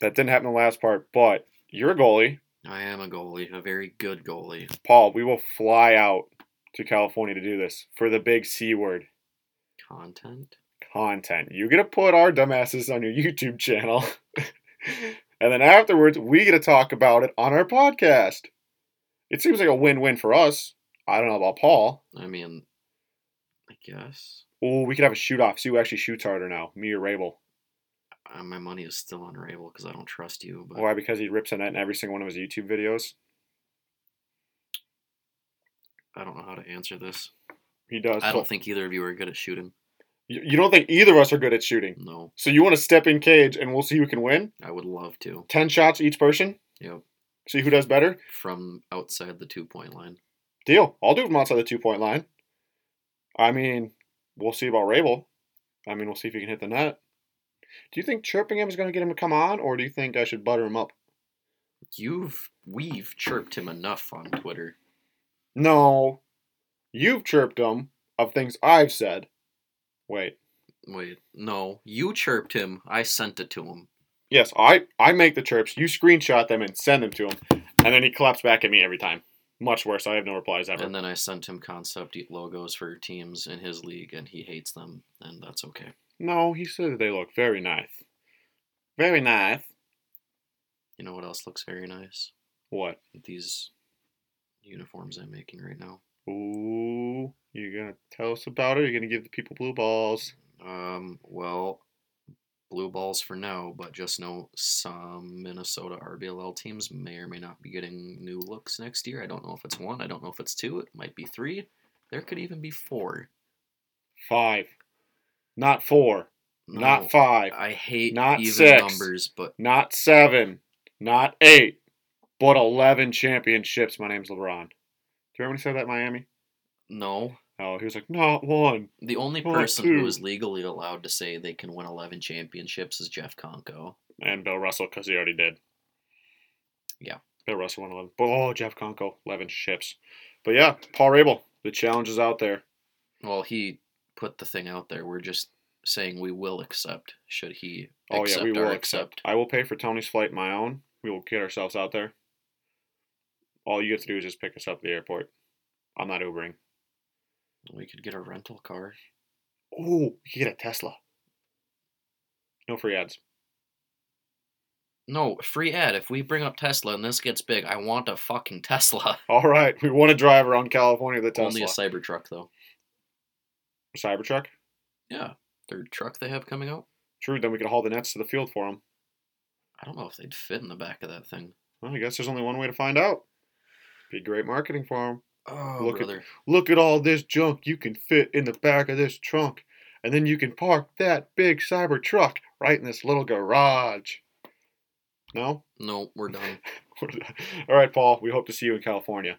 [SPEAKER 1] That didn't happen in the last part, but you're a goalie.
[SPEAKER 2] I am a goalie, a very good goalie.
[SPEAKER 1] Paul, we will fly out to California to do this for the big C word
[SPEAKER 2] Content?
[SPEAKER 1] content. You get to put our dumbasses on your YouTube channel. and then afterwards, we get to talk about it on our podcast. It seems like a win win for us. I don't know about Paul.
[SPEAKER 2] I mean, I guess.
[SPEAKER 1] Oh, we could have a shoot off. See who actually shoots harder now, me or Rabel.
[SPEAKER 2] Uh, my money is still on Rabel because I don't trust you, but
[SPEAKER 1] Why? Because he rips a net in every single one of his YouTube videos.
[SPEAKER 2] I don't know how to answer this.
[SPEAKER 1] He does.
[SPEAKER 2] I
[SPEAKER 1] So-
[SPEAKER 2] don't think either of you are good at shooting.
[SPEAKER 1] you, you don't think either of us are good at shooting.
[SPEAKER 2] No,
[SPEAKER 1] So you want to step in cage and we'll see who can win?
[SPEAKER 2] I would love to.
[SPEAKER 1] 10 shots each person?
[SPEAKER 2] Yep.
[SPEAKER 1] See who does better?
[SPEAKER 2] From outside the two point line.
[SPEAKER 1] Deal. I'll do it from outside the two point line. I mean, we'll see about Rabel. I mean, we'll see if he can hit the net. Do you think chirping him is going to get him to come on, or do you think I should butter him up?
[SPEAKER 2] You've we've chirped him enough on Twitter.
[SPEAKER 1] No. You've chirped him of things I've said. Wait.
[SPEAKER 2] Wait, no, you chirped him. I sent it to him.
[SPEAKER 1] Yes, I, I make the chirps. You screenshot them and send them to him, and then he claps back at me every time. Much worse. I have no replies ever.
[SPEAKER 2] And then I sent him concept logos for teams in his league, and he hates them, and that's okay.
[SPEAKER 1] no, he said that they look very nice. Very nice.
[SPEAKER 2] You know what else looks very nice?
[SPEAKER 1] What?
[SPEAKER 2] These uniforms I'm making right now.
[SPEAKER 1] Ooh, you're gonna tell us about it. You're gonna give the people blue balls.
[SPEAKER 2] Um, well, blue balls for now, but just know some Minnesota RBLL teams may or may not be getting new looks next year. I don't know if it's one, I don't know if it's two, it might be three. There could even be four.
[SPEAKER 1] Five, not four,
[SPEAKER 2] No,
[SPEAKER 1] not five,
[SPEAKER 2] I hate
[SPEAKER 1] not
[SPEAKER 2] even
[SPEAKER 1] six.
[SPEAKER 2] numbers, but
[SPEAKER 1] not seven, not eight, but eleven championships. My name's LeBron. Do you remember when he said that in Miami?
[SPEAKER 2] no.
[SPEAKER 1] Oh, he was like, not one.
[SPEAKER 2] The only
[SPEAKER 1] Well,
[SPEAKER 2] person
[SPEAKER 1] two.
[SPEAKER 2] who is legally allowed to say they can win 11 championships is Jeff Conko.
[SPEAKER 1] and Bill Russell because he already did.
[SPEAKER 2] Yeah.
[SPEAKER 1] Bill Russell won 11. But, oh, Jeff Conko, 11 ships. But yeah, Paul Rabel, The challenge is out there.
[SPEAKER 2] Well, he put the thing out there. We're just saying we will accept. Should he?
[SPEAKER 1] Oh yeah, we
[SPEAKER 2] our
[SPEAKER 1] will accept. I will pay for Tony's flight my own. We will get ourselves out there. All you have to do is just pick us up at the airport. I'm not Ubering.
[SPEAKER 2] We could get a rental car.
[SPEAKER 1] Oh, you can get a Tesla. No free ads.
[SPEAKER 2] No free ad. If we bring up Tesla and this gets big, I want a fucking Tesla.
[SPEAKER 1] All right, we want to drive around California with a Tesla.
[SPEAKER 2] Only a Cybertruck though.
[SPEAKER 1] Cybertruck.
[SPEAKER 2] Yeah, their truck they have coming out.
[SPEAKER 1] True. Then we could haul the nets to the field for them.
[SPEAKER 2] I don't know if they'd fit in the back of that thing.
[SPEAKER 1] Well, I guess there's only one way to find out. Be great marketing for them.
[SPEAKER 2] Oh,
[SPEAKER 1] Look at-
[SPEAKER 2] brother.
[SPEAKER 1] Look at all this junk you can fit in the back of this trunk, and then you can park that big Cybertruck right in this little garage. No.
[SPEAKER 2] No, we're done.
[SPEAKER 1] All right, Paul. We hope to see you in California.